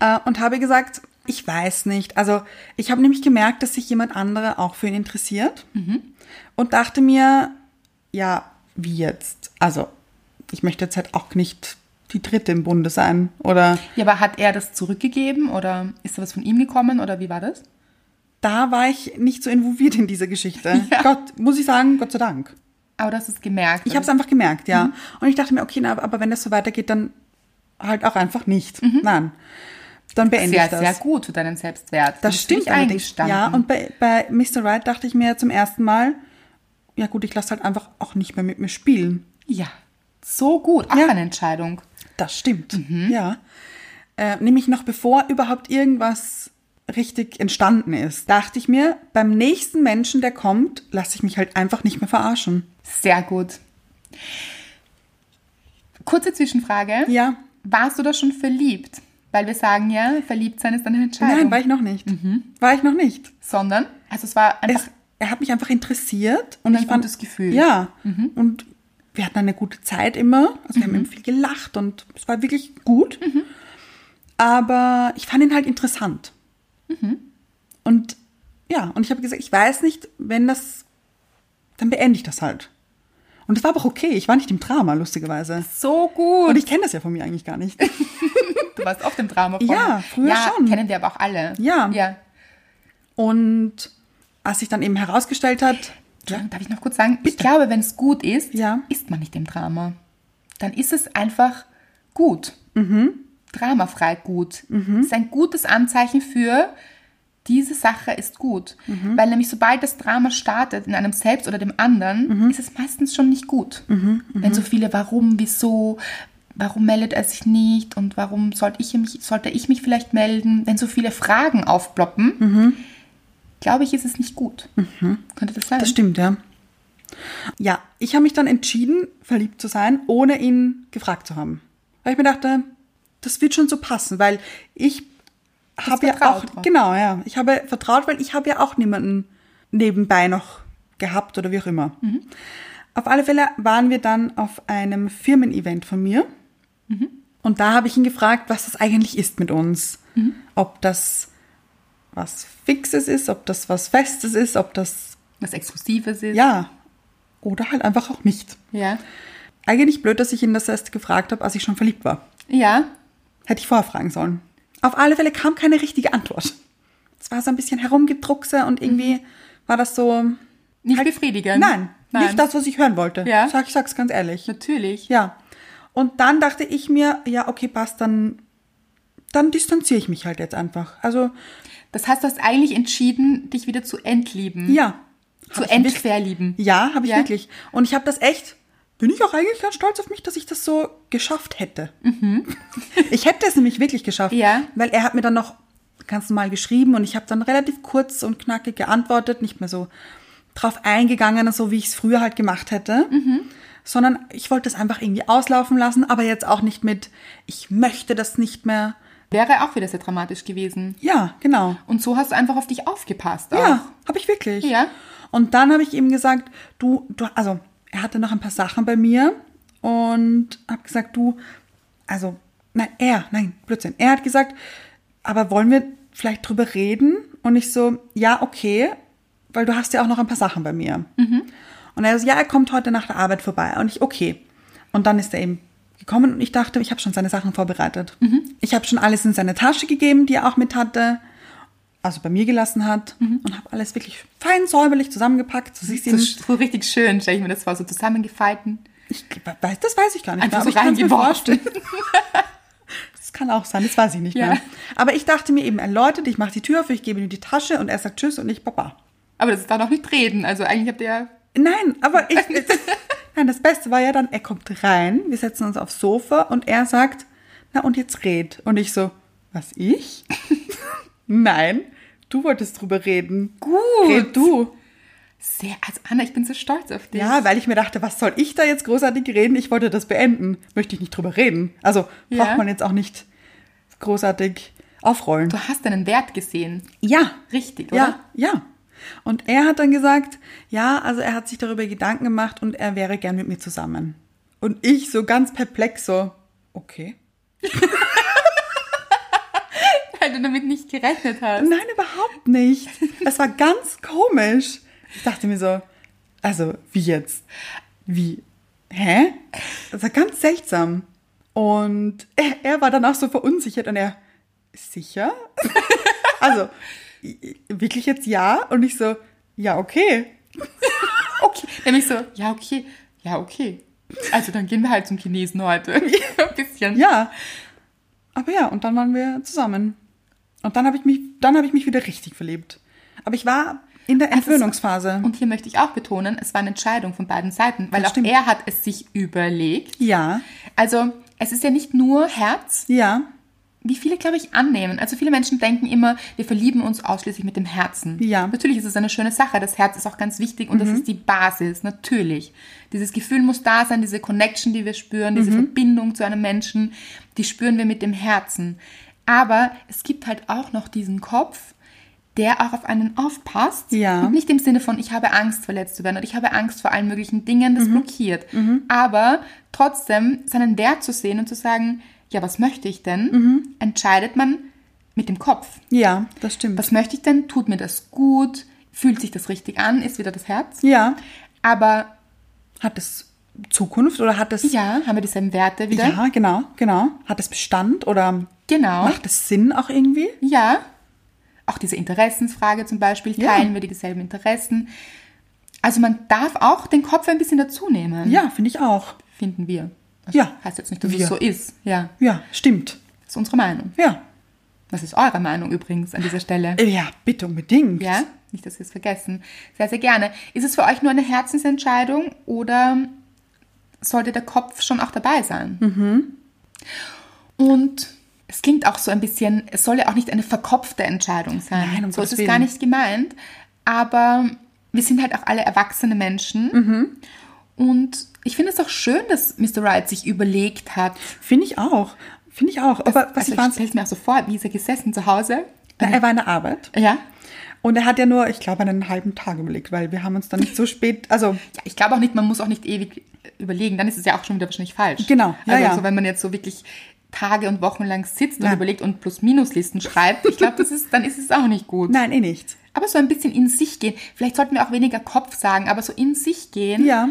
Äh, und habe gesagt, ich weiß nicht. Also ich habe nämlich gemerkt, dass sich jemand andere auch für ihn interessiert. Mhm. Und dachte mir, ja, wie jetzt? Also ich möchte jetzt halt auch nicht die Dritte im Bunde sein. Oder Ja, aber hat er das zurückgegeben oder ist da was von ihm gekommen oder wie war das? da war ich nicht so involviert in diese Geschichte. [LAUGHS] Ja. Gott, muss ich sagen, Gott sei Dank. Aber das ist gemerkt. Ich habe es einfach gemerkt, ja. Mhm. Und ich dachte mir, okay, na, aber wenn das so weitergeht, dann halt auch einfach nicht. Nein. Dann beende Mhm. sehr, ich das. sehr gut für deinen Selbstwert. Du das bist stimmt wirklich allerdings. eingestanden. Ja, und bei, bei Mr. Right dachte ich mir zum ersten Mal, ja gut, ich lasse halt einfach auch nicht mehr mit mir spielen. ja, so gut. Auch Ja. eine Entscheidung. Das stimmt. Mhm. Ja. Äh, nämlich noch bevor überhaupt irgendwas richtig entstanden ist, dachte ich mir, beim nächsten Menschen, der kommt, lasse ich mich halt einfach nicht mehr verarschen. Sehr gut. Kurze Zwischenfrage. Ja. Warst du da schon verliebt? Weil wir sagen ja, verliebt sein ist eine Entscheidung. Nein, war ich noch nicht. Mhm. War ich noch nicht. Sondern, also es war einfach es, er hat mich einfach interessiert und Ein ich fand gutes Gefühl. Mhm. Ja. Und wir hatten eine gute Zeit immer. Also wir haben eben viel gelacht und es war wirklich gut. Mhm. Aber ich fand ihn halt interessant. Mhm. Und ja, und ich habe gesagt, ich weiß nicht, wenn das, dann beende ich das halt. Und es war aber auch okay. Ich war nicht im Drama, lustigerweise. so gut. Und ich kenne das ja von mir eigentlich gar [LAUGHS] nicht. du warst oft im Drama vorne. Ja, früher ja, schon. kennen wir aber auch alle. Ja. Ja. Und als sich dann eben herausgestellt hat, Entschuldigung, darf ich noch kurz sagen? Ich glaube, wenn es gut ist, Ja. ist man nicht im Drama. Dann ist es einfach gut. Mhm. Dramafrei gut. Ist ein gutes Anzeichen für diese Sache ist gut. Mhm. Weil nämlich sobald das Drama startet in einem selbst oder dem Mhm. anderen, ist es meistens schon nicht gut. Wenn so viele warum, wieso, warum meldet er sich nicht und warum sollte ich mich, sollte ich mich vielleicht melden, wenn so viele Fragen aufploppen, Mhm. glaube ich, ist es nicht gut. Könnte das sein? Das stimmt, ja. Ja, ich habe mich dann entschieden, verliebt zu sein, ohne ihn gefragt zu haben. Weil ich mir dachte, das wird schon so passen, weil ich habe ja auch vertraut drauf. genau, ja, ich habe vertraut, weil ich habe ja auch niemanden nebenbei noch gehabt oder wie auch immer. Mhm. Auf alle Fälle waren wir dann auf einem Firmen-Event von mir. Mhm. Und da habe ich ihn gefragt, was das eigentlich ist mit uns. Mhm. Ob das was Fixes ist, ob das was Festes ist, ob das was Exklusives ist. ja. Oder halt einfach auch nicht. Ja. Eigentlich blöd, dass ich ihn das erst gefragt habe, als ich schon verliebt war. Ja. Hätte ich vorher fragen sollen. Auf alle Fälle kam keine richtige Antwort. Es war so ein bisschen herumgedruckse und irgendwie war das so. Mhm. Nicht befriedigend. Nein, nicht das, was ich hören wollte. Ja. Sag, ich sag's ganz ehrlich. Natürlich. Ja. Und dann dachte ich mir, ja, okay, passt, dann, dann distanziere ich mich halt jetzt einfach. Also, Das heißt, du hast eigentlich entschieden, dich wieder zu entlieben. ja. Mhm. Zu Hab ich wirklich- entverlieben. Ja, habe ich Ja. wirklich. Und ich habe das echt, bin ich auch eigentlich ganz stolz auf mich, dass ich das so geschafft hätte. [LAUGHS] Ich hätte es nämlich wirklich geschafft, Mhm. Ja. weil er hat mir dann noch ganz normal geschrieben und ich habe dann relativ kurz und knackig geantwortet, nicht mehr so drauf eingegangen, so wie ich es früher halt gemacht hätte, Mhm. sondern ich wollte es einfach irgendwie auslaufen lassen, aber jetzt auch nicht mit, ich möchte das nicht mehr. Wäre auch wieder sehr dramatisch gewesen. Ja, genau. Und so hast du einfach auf dich aufgepasst. Auch. Ja, habe ich wirklich. Ja. Und dann habe ich ihm gesagt, du, du, also er hatte noch ein paar Sachen bei mir und habe gesagt, du, also nein, er, nein, Blödsinn. Er hat gesagt, aber wollen wir vielleicht drüber reden? Und ich so, ja, okay, weil du hast ja auch noch ein paar Sachen bei mir. Mhm. Und er so, ja, er kommt heute nach der Arbeit vorbei. Und ich, okay. Und dann ist er eben gekommen und ich dachte, ich habe schon seine Sachen vorbereitet. Mhm. Ich habe schon alles in seine Tasche gegeben, die er auch mit hatte, also bei mir gelassen hat Mhm. und habe alles wirklich fein säuberlich zusammengepackt. So siehst du So, ihn so richtig schön, stelle ich mir das vor, so zusammengefalten. Ich weiß, das weiß ich gar nicht Einfach mehr, so aber ich kann's mir vorstellen. reingeworfen. [LAUGHS] Das kann auch sein, das weiß ich nicht Ja. mehr. Aber ich dachte mir eben, er läutet, ich mache die Tür auf, ich gebe ihm die Tasche und er sagt Tschüss und ich Papa. Aber das ist dann auch nicht reden. Also eigentlich habt ihr ja. Nein, aber [LAUGHS] ich. nein, das Beste war ja dann, er kommt rein, wir setzen uns aufs Sofa und er sagt, na und jetzt red. Und ich so, was ich? [LAUGHS] nein, du wolltest drüber reden. Gut. Red du. Sehr, also Anna, ich bin so stolz auf dich. Ja, weil ich mir dachte, was soll ich da jetzt großartig reden? Ich wollte das beenden. Möchte ich nicht drüber reden. Also Ja. braucht man jetzt auch nicht großartig aufrollen. Du hast deinen Wert gesehen. Ja. Richtig, oder? [LAUGHS] Ja, ja. Und er hat dann gesagt, ja, also er hat sich darüber Gedanken gemacht und er wäre gern mit mir zusammen. Und ich so ganz perplex so, okay. Weil du damit nicht gerechnet hast. Nein, überhaupt nicht. Es war ganz komisch. Ich dachte mir so, also wie jetzt? Wie? Hä? Das war ganz seltsam. Und er, er war dann auch so verunsichert und er, sicher? [LAUGHS] also, i- wirklich jetzt ja? Und ich so, ja, okay. Okay. Nämlich so, ja, okay, ja, okay. Also dann gehen wir halt zum Chinesen heute. [LAUGHS] Ein bisschen. Ja. Aber ja, und dann waren wir zusammen. Und dann habe ich mich, dann habe ich mich wieder richtig verliebt. Aber ich war in der Also es- Entwöhnungsphase. Und hier möchte ich auch betonen, es war eine Entscheidung von beiden Seiten, weil Das auch stimmt. er hat es sich überlegt. ja, Also es ist ja nicht nur Herz, ja, wie viele, glaube ich, annehmen. Also viele Menschen denken immer, wir verlieben uns ausschließlich mit dem Herzen. Ja. Natürlich ist es eine schöne Sache. Das Herz ist auch ganz wichtig und das ist die Basis, natürlich. Dieses Gefühl muss da sein, diese Connection, die wir spüren, diese Verbindung zu einem Menschen, die spüren wir mit dem Herzen. Aber es gibt halt auch noch diesen Kopf, der auch auf einen aufpasst. Ja. Und nicht im Sinne von, ich habe Angst, verletzt zu werden und ich habe Angst vor allen möglichen Dingen, Mhm. das blockiert. Aber trotzdem seinen Wert zu sehen und zu sagen, ja, was möchte ich denn, Mhm. entscheidet man mit dem Kopf. ja, das stimmt. Was möchte ich denn? Tut mir das gut? Fühlt sich das richtig an? Ist wieder das Herz? Ja. Aber Hat es Zukunft oder hat es. ja, haben wir dieselben Werte wieder? Ja, genau, genau. Hat es Bestand oder Genau. macht es Sinn auch irgendwie? Ja. Auch diese Interessensfrage zum Beispiel, Ja. teilen wir die dieselben Interessen? Also man darf auch den Kopf ein bisschen dazu nehmen, Ja, finde ich auch. finden wir. Das Ja. Heißt jetzt nicht, dass Wir. es so ist. Ja. Ja, stimmt. Das ist unsere Meinung. Ja. Das ist eure Meinung übrigens an dieser Stelle. Ja, bitte unbedingt. Ja, nicht, dass wir es vergessen. Sehr, sehr gerne. Ist es für euch nur eine Herzensentscheidung oder sollte der Kopf schon auch dabei sein? Mhm. Und es klingt auch so ein bisschen, es soll ja auch nicht eine verkopfte Entscheidung sein. Nein, um so ist Gottes es gar Willen. nicht gemeint. Aber wir sind halt auch alle erwachsene Menschen. Mhm. Und ich finde es auch schön, dass Mr. Wright sich überlegt hat. Finde ich auch. Finde ich auch. Aber was also ich ich wahnsinnig. stelle es mir auch so vor, wie ist er gesessen zu Hause? Na, er war in der Arbeit. Ja. Und er hat ja nur, ich glaube, einen halben Tag überlegt, weil wir haben uns dann nicht so spät, also Ja, ich glaube auch nicht, man muss auch nicht ewig äh, überlegen, dann ist es ja auch schon wieder wahrscheinlich falsch. Genau, ja, also ja. So, wenn man jetzt so wirklich Tage und Wochen lang sitzt und Nein. überlegt und Plus-Minus-Listen schreibt, ich glaube, das ist, dann ist es auch nicht gut. nein, eh nicht. Aber so ein bisschen in sich gehen. Vielleicht sollten wir auch weniger Kopf sagen, aber so in sich gehen Ja.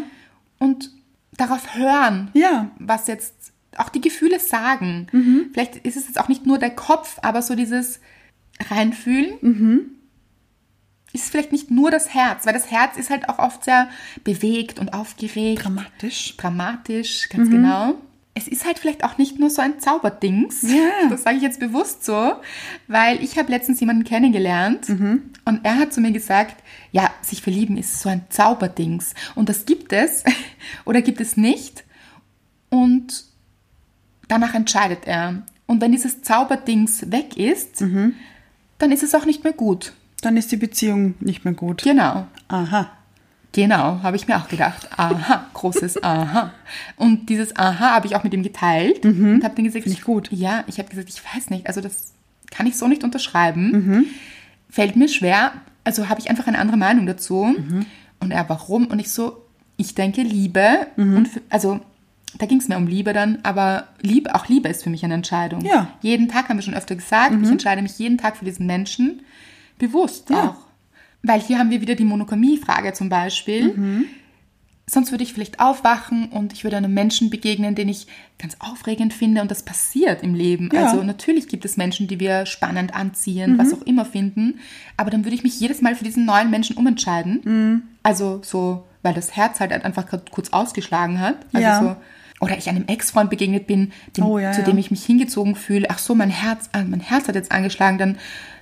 und darauf hören, Ja. was jetzt auch die Gefühle sagen. Vielleicht ist es jetzt auch nicht nur der Kopf, aber so dieses Reinfühlen ist vielleicht nicht nur das Herz, weil das Herz ist halt auch oft sehr bewegt und aufgeregt, Dramatisch. dramatisch, ganz genau. Es ist halt vielleicht auch nicht nur so ein Zauberdings. Ja. Das sage ich jetzt bewusst so, weil ich habe letztens jemanden kennengelernt und er hat zu mir gesagt, ja, sich verlieben ist so ein Zauberdings und das gibt es [LAUGHS] oder gibt es nicht und danach entscheidet er. Und wenn dieses Zauberdings weg ist, dann ist es auch nicht mehr gut. Dann ist die Beziehung nicht mehr gut. Genau. Aha. Genau, habe ich mir auch gedacht. Aha, großes Aha. Und dieses Aha habe ich auch mit ihm geteilt und habe dann gesagt, Mhm. Finde ich gut. Ja, ich habe gesagt, ich weiß nicht, also das kann ich so nicht unterschreiben. Fällt mir schwer, also habe ich einfach eine andere Meinung Mhm. Mhm. dazu. Und er, warum? Und ich so, ich denke Liebe und für, also da ging es mehr um Liebe dann, aber Lieb, auch Liebe ist für mich eine Entscheidung. Ja. Mhm. Jeden Tag, haben wir schon öfter gesagt, ich entscheide mich jeden Tag für diesen Menschen, bewusst Ja. auch. Weil hier haben wir wieder die Monogamie-Frage zum Mhm. Beispiel. Sonst würde ich vielleicht aufwachen und ich würde einem Menschen begegnen, den ich ganz aufregend finde und das passiert im Leben. Ja. Mhm. Also natürlich gibt es Menschen, die wir spannend anziehen, was auch immer finden, aber dann würde ich mich jedes Mal für diesen neuen Menschen umentscheiden. Mhm. Also so, weil das Herz halt einfach grad kurz ausgeschlagen hat. Also Ja. so, oder ich einem Ex-Freund begegnet bin, dem, Oh, ja, zu ja. dem ich mich hingezogen fühle. Ach so, mein Herz, ah, mein Herz hat jetzt angeschlagen, dann,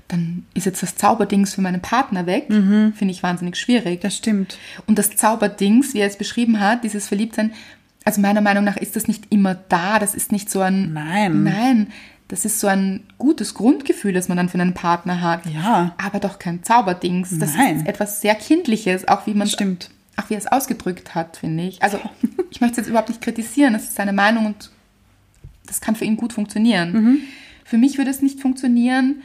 dann ist jetzt das Zauberdings für meinen Partner weg. Finde ich wahnsinnig schwierig. Mhm. Das stimmt. Und das Zauberdings, wie er es beschrieben hat, dieses Verliebtsein, also meiner Meinung nach ist das nicht immer da. Das ist nicht so ein. Nein. Nein. Das ist so ein gutes Grundgefühl, das man dann für einen Partner hat. Ja. Aber doch kein Zauberdings. Das Nein. ist etwas sehr Kindliches, auch wie man Das stimmt. Auch wie er es ausgedrückt hat, finde ich. Also, ich möchte es jetzt überhaupt nicht kritisieren. Das ist seine Meinung und das kann für ihn gut funktionieren. Mhm. Für mich würde es nicht funktionieren,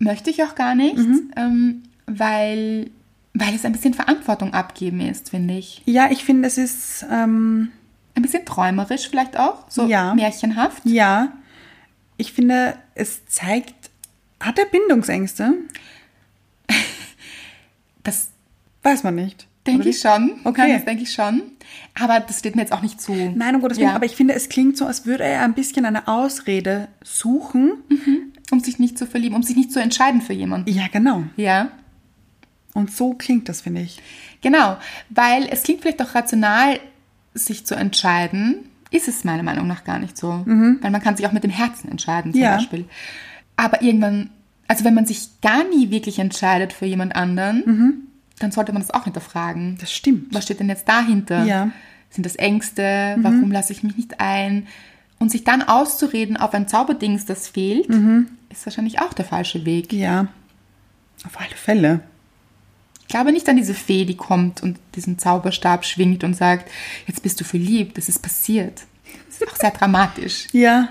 möchte ich auch gar nicht, Mhm. ähm, weil, weil es ein bisschen Verantwortung abgeben ist, finde ich. Ja, ich finde, es ist, ähm, Ein bisschen träumerisch vielleicht auch, so Ja. märchenhaft. ja, ich finde, es zeigt, hat er Bindungsängste? Das Weiß man nicht. denke Oder ich schon. Okay. Nein, das denke ich schon. Aber das steht mir jetzt auch nicht zu. Nein, um Gottes Willen, Ja. aber ich finde, es klingt so, als würde er ein bisschen eine Ausrede suchen. Um sich nicht zu verlieben, um sich nicht zu entscheiden für jemanden. Ja, genau. Ja. Und so klingt das, finde ich. Genau, weil es klingt vielleicht auch rational, sich zu entscheiden, ist es meiner Meinung nach gar nicht so. Weil man kann sich auch mit dem Herzen entscheiden zum Mhm. Ja. Beispiel. Aber irgendwann, also wenn man sich gar nie wirklich entscheidet für jemand anderen, Mhm. dann sollte man das auch hinterfragen. Das stimmt. Was steht denn jetzt dahinter? Ja. Mhm. Sind das Ängste? Warum lasse ich mich nicht ein? Und sich dann auszureden auf ein Zauberdings, das fehlt, Mhm. ist wahrscheinlich auch der falsche Weg. Ja, auf alle Fälle. Ich glaube nicht an diese Fee, die kommt und diesen Zauberstab schwingt und sagt, jetzt bist du verliebt, es ist passiert. Das ist auch sehr dramatisch. Ja,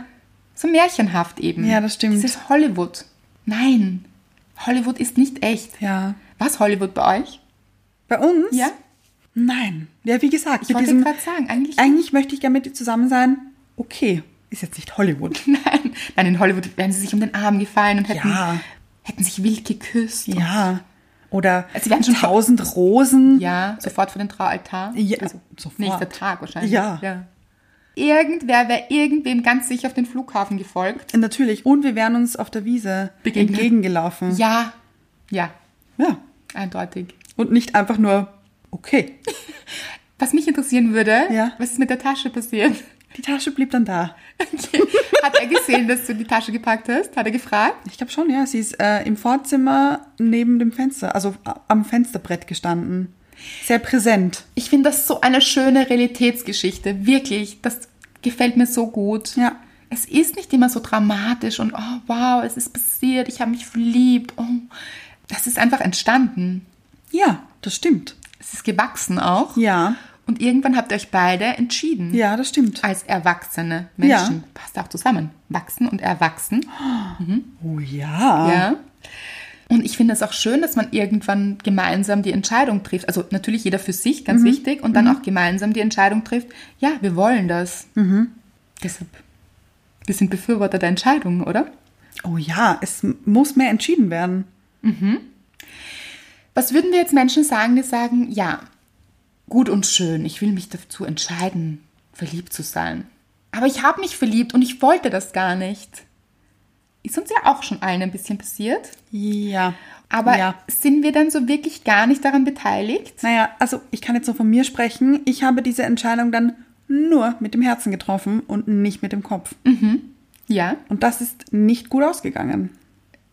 So märchenhaft eben. Ja, das stimmt. Das ist Hollywood. Nein, Hollywood ist nicht echt. ja. Was Hollywood bei euch? Bei uns? Ja, Nein. Ja, wie gesagt, ich wollte gerade sagen, eigentlich eigentlich möchte ich gerne mit dir zusammen sein. Okay, ist jetzt nicht Hollywood. nein. Nein, in Hollywood wären sie sich um den Arm gefallen und hätten, Ja. hätten sich wild geküsst. und- Ja. Oder Also wir hatten schon- tausend Rosen. Ja, sofort vor den Traualtar. Ja, sofort. Nächster Tag wahrscheinlich. Ja. Irgendwer wäre irgendwem ganz sicher auf den Flughafen gefolgt. Natürlich. Und wir wären uns auf der Wiese Begegnet. entgegengelaufen. Ja, ja, ja. eindeutig. Und nicht einfach nur, okay. Was mich interessieren würde, Ja. was ist mit der Tasche passiert? [LAUGHS] Die Tasche blieb dann da. Hat er gesehen, dass du die Tasche gepackt hast? Hat er gefragt? Ich glaube schon, ja. Sie ist äh, im Vorzimmer neben dem Fenster, also a- am Fensterbrett gestanden. Sehr präsent. Ich finde das so eine schöne Realitätsgeschichte. Wirklich, das gefällt mir so gut. Ja. Es ist nicht immer so dramatisch und oh wow, es ist passiert, ich habe mich verliebt. Oh. Das ist einfach entstanden. Ja, das stimmt. Es ist gewachsen auch. Ja. Und irgendwann habt ihr euch beide entschieden. Ja, das stimmt. Als erwachsene Menschen. Passt auch zusammen. Wachsen und erwachsen. Oh ja. Ja. Und ich finde es auch schön, dass man irgendwann gemeinsam die Entscheidung trifft. Also natürlich jeder für sich, ganz Mhm. wichtig. Und dann auch gemeinsam die Entscheidung trifft, ja, wir wollen das. Mhm. Deshalb, wir sind Befürworter der Entscheidung, oder? Oh ja, es m- muss mehr entschieden werden. Was würden wir jetzt Menschen sagen, die sagen, ja, gut und schön, ich will mich dazu entscheiden, verliebt zu sein. Aber ich habe mich verliebt und ich wollte das gar nicht. Ist uns ja auch schon allen ein bisschen passiert. Ja. Aber ja. sind wir dann so wirklich gar nicht daran beteiligt? Naja, also ich kann jetzt nur von mir sprechen. Ich habe diese Entscheidung dann nur mit dem Herzen getroffen und nicht mit dem Kopf. Ja, Und das ist nicht gut ausgegangen.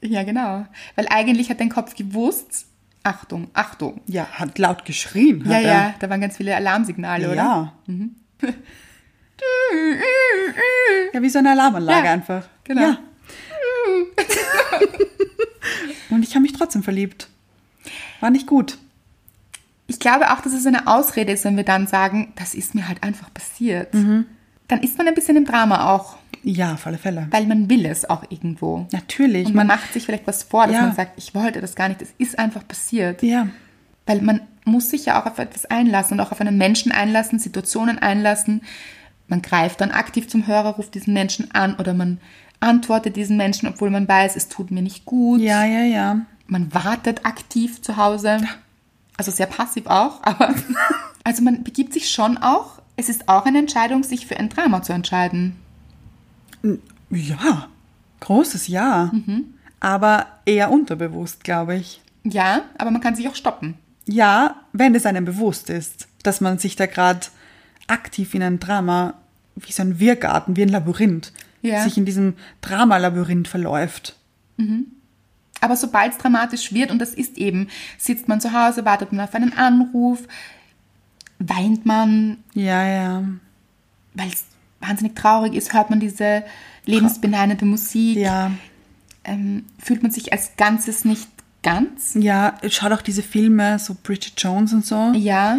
ja, genau. Weil eigentlich hat dein Kopf gewusst, Achtung, Achtung. Ja, hat laut geschrien. Ja, hat er. ja, da waren ganz viele Alarmsignale, oder? Ja. [LAUGHS] ja, wie so eine Alarmanlage Ja, einfach. genau. [LAUGHS] Ja. Und ich habe mich trotzdem verliebt. War nicht gut. Ich glaube auch, dass es eine Ausrede ist, wenn wir dann sagen, das ist mir halt einfach passiert. Mhm. Dann ist man ein bisschen im Drama auch, Ja, auf alle Fälle. weil man will es auch irgendwo. Natürlich. Und man macht sich vielleicht was vor, dass Ja. man sagt, ich wollte das gar nicht, es ist einfach passiert. ja, Weil man muss sich ja auch auf etwas einlassen und auch auf einen Menschen einlassen, Situationen einlassen, Man greift dann aktiv zum Hörer, ruft diesen Menschen an oder man antwortet diesen Menschen, obwohl man weiß, es tut mir nicht gut. Ja, ja, ja. Man wartet aktiv zu Hause. Also sehr passiv auch, aber [LAUGHS] also man begibt sich schon auch. Es ist auch eine Entscheidung, sich für ein Drama zu entscheiden. Ja, Mhm. großes Ja. Aber eher unterbewusst, glaube ich. Ja, aber man kann sich auch stoppen. Ja, wenn es einem bewusst ist, dass man sich da gerade aktiv in ein Drama, wie so ein Wirrgarten, wie ein Labyrinth, Ja. sich in diesem Drama-Labyrinth verläuft. Aber sobald es dramatisch wird, und das ist eben, sitzt man zu Hause, wartet man auf einen Anruf, weint man, Ja, ja. weil es wahnsinnig traurig ist, hört man diese lebensbeneinende Musik, Ja. ähm, fühlt man sich als Ganzes nicht ganz, Ja, schaut auch diese Filme, so Bridget Jones und so. ja,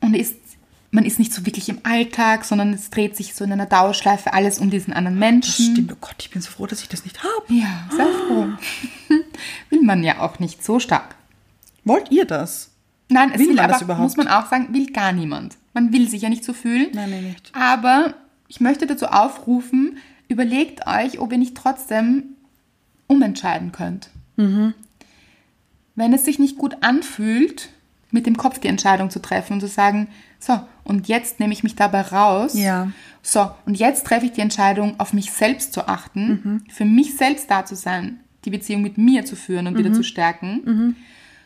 und ist, man ist nicht so wirklich im Alltag, sondern es dreht sich so in einer Dauerschleife alles um diesen anderen Das Menschen. stimmt, oh Gott, ich bin so froh, dass ich das nicht habe. Ja, sehr froh. [LAUGHS] Will man ja auch nicht so stark. Wollt ihr das? Nein, es Will will, man aber, das überhaupt? muss man auch sagen, will gar niemand. Man will sich ja nicht so fühlen. Nein, nein, nicht. Aber ich möchte dazu aufrufen, überlegt euch, ob ihr nicht trotzdem umentscheiden könnt. Mhm. Wenn es sich nicht gut anfühlt, mit dem Kopf die Entscheidung zu treffen und zu sagen, so, und jetzt nehme ich mich dabei raus. Ja. So, und jetzt treffe ich die Entscheidung, auf mich selbst zu achten, Mhm. für mich selbst da zu sein, die Beziehung mit mir zu führen und Mhm. wieder zu stärken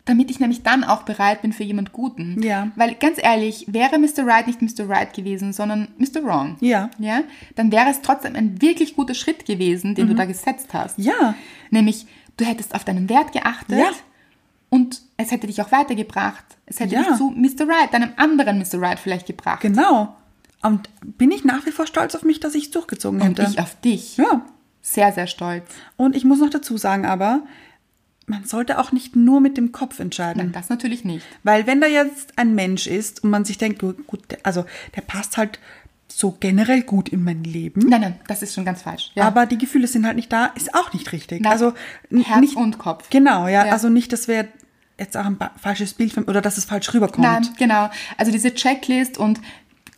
damit ich nämlich dann auch bereit bin für jemand Guten. Ja. Weil ganz ehrlich, wäre Mr. Right nicht Mr. Right gewesen, sondern Mr. Wrong. Ja. Ja, dann wäre es trotzdem ein wirklich guter Schritt gewesen, den du da gesetzt hast. Mhm. Ja. Nämlich, du hättest auf deinen Wert geachtet Ja. und es hätte dich auch weitergebracht. Es hätte Ja. dich zu Mr. Right, deinem anderen Mr. Right vielleicht gebracht. Genau. Und bin ich nach wie vor stolz auf mich, dass ich es durchgezogen Und hätte. ich auf dich. ja. Sehr, sehr stolz. Und ich muss noch dazu sagen, aber man sollte auch nicht nur mit dem Kopf entscheiden. Nein, das natürlich nicht. Weil wenn da jetzt ein Mensch ist und man sich denkt, gut, gut, der- also der passt halt so generell gut in mein Leben, Nein, nein, das ist schon ganz falsch. Ja. aber die Gefühle sind halt nicht da, ist auch nicht richtig. Nein. Also n- Herz nicht, und Kopf. Genau, ja, Ja. Also nicht, dass wir jetzt auch ein ba- falsches Bild von, oder dass es falsch rüberkommt. Nein, genau. Also diese Checklist und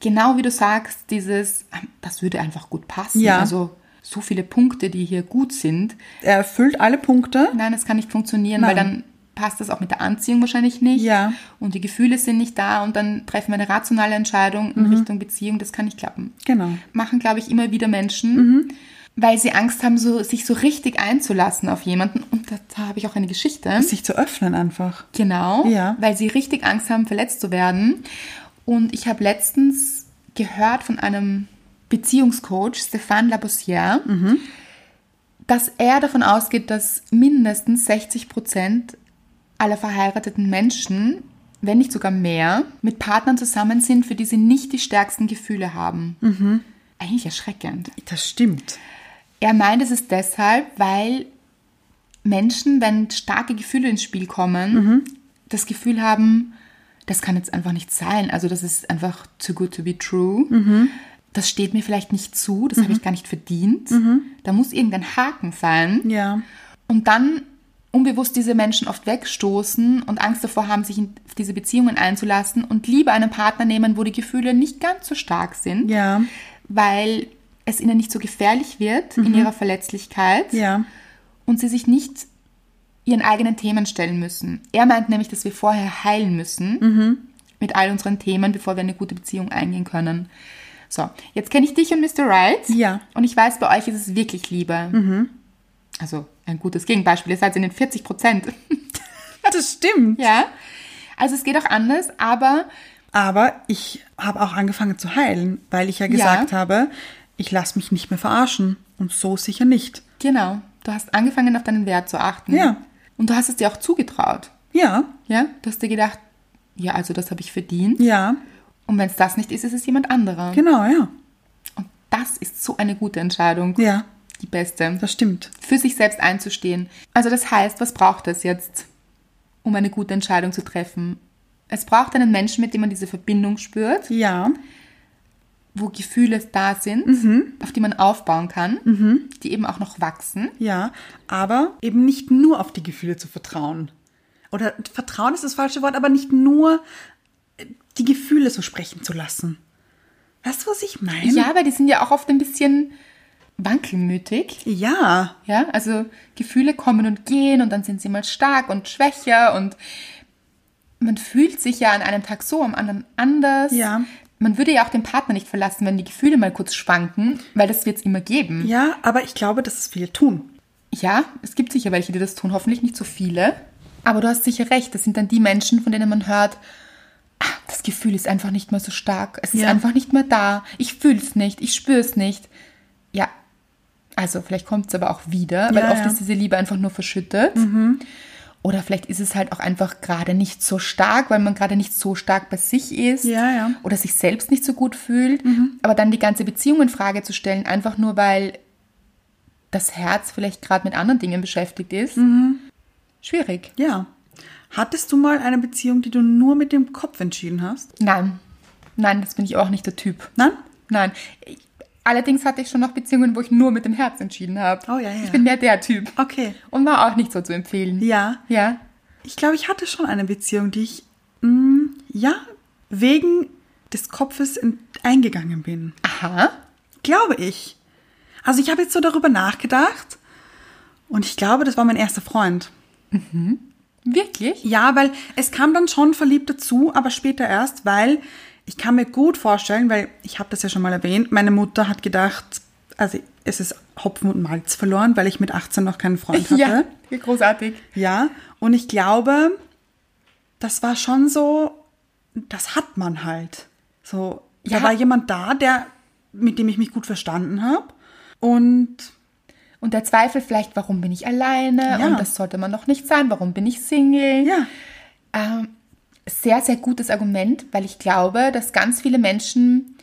genau wie du sagst, dieses, ah, das würde einfach gut passen. Ja. Also so viele Punkte, die hier gut sind. Er erfüllt alle Punkte. Nein, das kann nicht funktionieren, weil Nein. dann passt das auch mit der Anziehung wahrscheinlich nicht. Ja. Und die Gefühle sind nicht da und dann treffen wir eine rationale Entscheidung Mhm. in Richtung Beziehung. Das kann nicht klappen. Genau. Machen, glaube ich, immer wieder Menschen. Mhm. Weil sie Angst haben, so, sich so richtig einzulassen auf jemanden. Und da, da habe ich auch eine Geschichte. Sich zu öffnen einfach. Genau, Ja. weil sie richtig Angst haben, verletzt zu werden. Und ich habe letztens gehört von einem Beziehungscoach, Stéphane Labossière, dass er davon ausgeht, dass mindestens 60 Prozent aller verheirateten Menschen, wenn nicht sogar mehr, mit Partnern zusammen sind, für die sie nicht die stärksten Gefühle haben. Eigentlich erschreckend. Das stimmt. Er meint es ist deshalb, weil Menschen, wenn starke Gefühle ins Spiel kommen, Mhm. das Gefühl haben, das kann jetzt einfach nicht sein. Also das ist einfach too good to be true. Mhm. Das steht mir vielleicht nicht zu, das habe ich gar nicht verdient. Da muss irgendein Haken sein. Mhm. Ja. Und dann unbewusst diese Menschen oft wegstoßen und Angst davor haben, sich in auf diese Beziehungen einzulassen und lieber einen Partner nehmen, wo die Gefühle nicht ganz so stark sind Ja. weil es ihnen nicht so gefährlich wird in ihrer Verletzlichkeit Mhm. Ja. und sie sich nicht ihren eigenen Themen stellen müssen. Er meint nämlich, dass wir vorher heilen müssen Mhm. mit all unseren Themen, bevor wir eine gute Beziehung eingehen können. So, jetzt kenne ich dich und Mr. Right. Ja. Mhm. Und ich weiß, bei euch ist es wirklich Liebe. Also ein gutes Gegenbeispiel. Ihr seid in den 40 Prozent. [LAUGHS] Das stimmt. ja. Also es geht auch anders, aber Aber ich habe auch angefangen zu heilen, weil ich ja gesagt habe, ich lasse mich nicht mehr verarschen. Und so sicher nicht. genau, du hast angefangen, auf deinen Wert zu achten. Ja. Und du hast es dir auch zugetraut. Ja, Ja, du hast dir gedacht, ja, also das habe ich verdient. ja, Und wenn es das nicht ist, ist es jemand anderer. genau, ja. Und das ist so eine gute Entscheidung. Ja, Die beste. das stimmt. Für sich selbst einzustehen. Also das heißt, was braucht es jetzt, um eine gute Entscheidung zu treffen? Es braucht einen Menschen, mit dem man diese Verbindung spürt, Ja, wo Gefühle da sind, auf die man aufbauen kann, die eben auch noch wachsen. ja. Aber eben nicht nur auf die Gefühle zu vertrauen. Oder Vertrauen ist das falsche Wort, aber nicht nur äh, die Gefühle so sprechen zu lassen. Weißt du, was ich meine? Ja, aber die sind ja auch oft ein bisschen wankelmütig. Ja. Ja, also Gefühle kommen und gehen und dann sind sie mal stark und schwächer und man fühlt sich ja an einem Tag so, am anderen anders. Ja. Man würde ja auch den Partner nicht verlassen, wenn die Gefühle mal kurz schwanken, weil das wird es immer geben. Ja, aber ich glaube, dass es viele tun. Ja, es gibt sicher welche, die das tun, hoffentlich nicht so viele. Aber du hast sicher recht, das sind dann die Menschen, von denen man hört, ah, das Gefühl ist einfach nicht mehr so stark, es ist Ja. einfach nicht mehr da, ich fühl's nicht, ich spür's nicht. Ja, also vielleicht kommt's aber auch wieder, weil Ja, oft ja. ist diese Liebe einfach nur verschüttet. Oder vielleicht ist es halt auch einfach gerade nicht so stark, weil man gerade nicht so stark bei sich ist Ja, ja. Mhm. oder sich selbst nicht so gut fühlt. Aber dann die ganze Beziehung in Frage zu stellen, einfach nur weil das Herz vielleicht gerade mit anderen Dingen beschäftigt ist, Mhm. schwierig. Ja. Hattest du mal eine Beziehung, die du nur mit dem Kopf entschieden hast? Nein, nein, das bin ich auch nicht der Typ. Nein? Nein. Ich, allerdings hatte ich schon noch Beziehungen, wo ich nur mit dem Herz entschieden habe. Oh, ja, ja, Ich ja. bin mehr der Typ. Okay. Und war auch nicht so zu empfehlen. Ja. Ja. Ich glaube, ich hatte schon eine Beziehung, die ich, mh, ja, wegen des Kopfes in, eingegangen bin. Aha. Glaube ich. Also ich habe jetzt so darüber nachgedacht und ich glaube, das war mein erster Freund. Wirklich? Ja, weil es kam dann schon verliebt dazu, aber später erst, weil ich kann mir gut vorstellen, weil ich habe das ja schon mal erwähnt, meine Mutter hat gedacht, also es ist Hopfen und Malz verloren, weil ich mit 18 noch keinen Freund hatte. [LAUGHS] Ja. Wie großartig. Ja, und ich glaube, das war schon so, das hat man halt. So, Ja. da war jemand da, der, mit dem ich mich gut verstanden habe. Und Und der Zweifel vielleicht, warum bin ich alleine? Ja. Und das sollte man noch nicht sein. Warum bin ich Single? ja, Ähm, sehr, sehr gutes Argument, weil ich glaube, dass ganz viele Menschen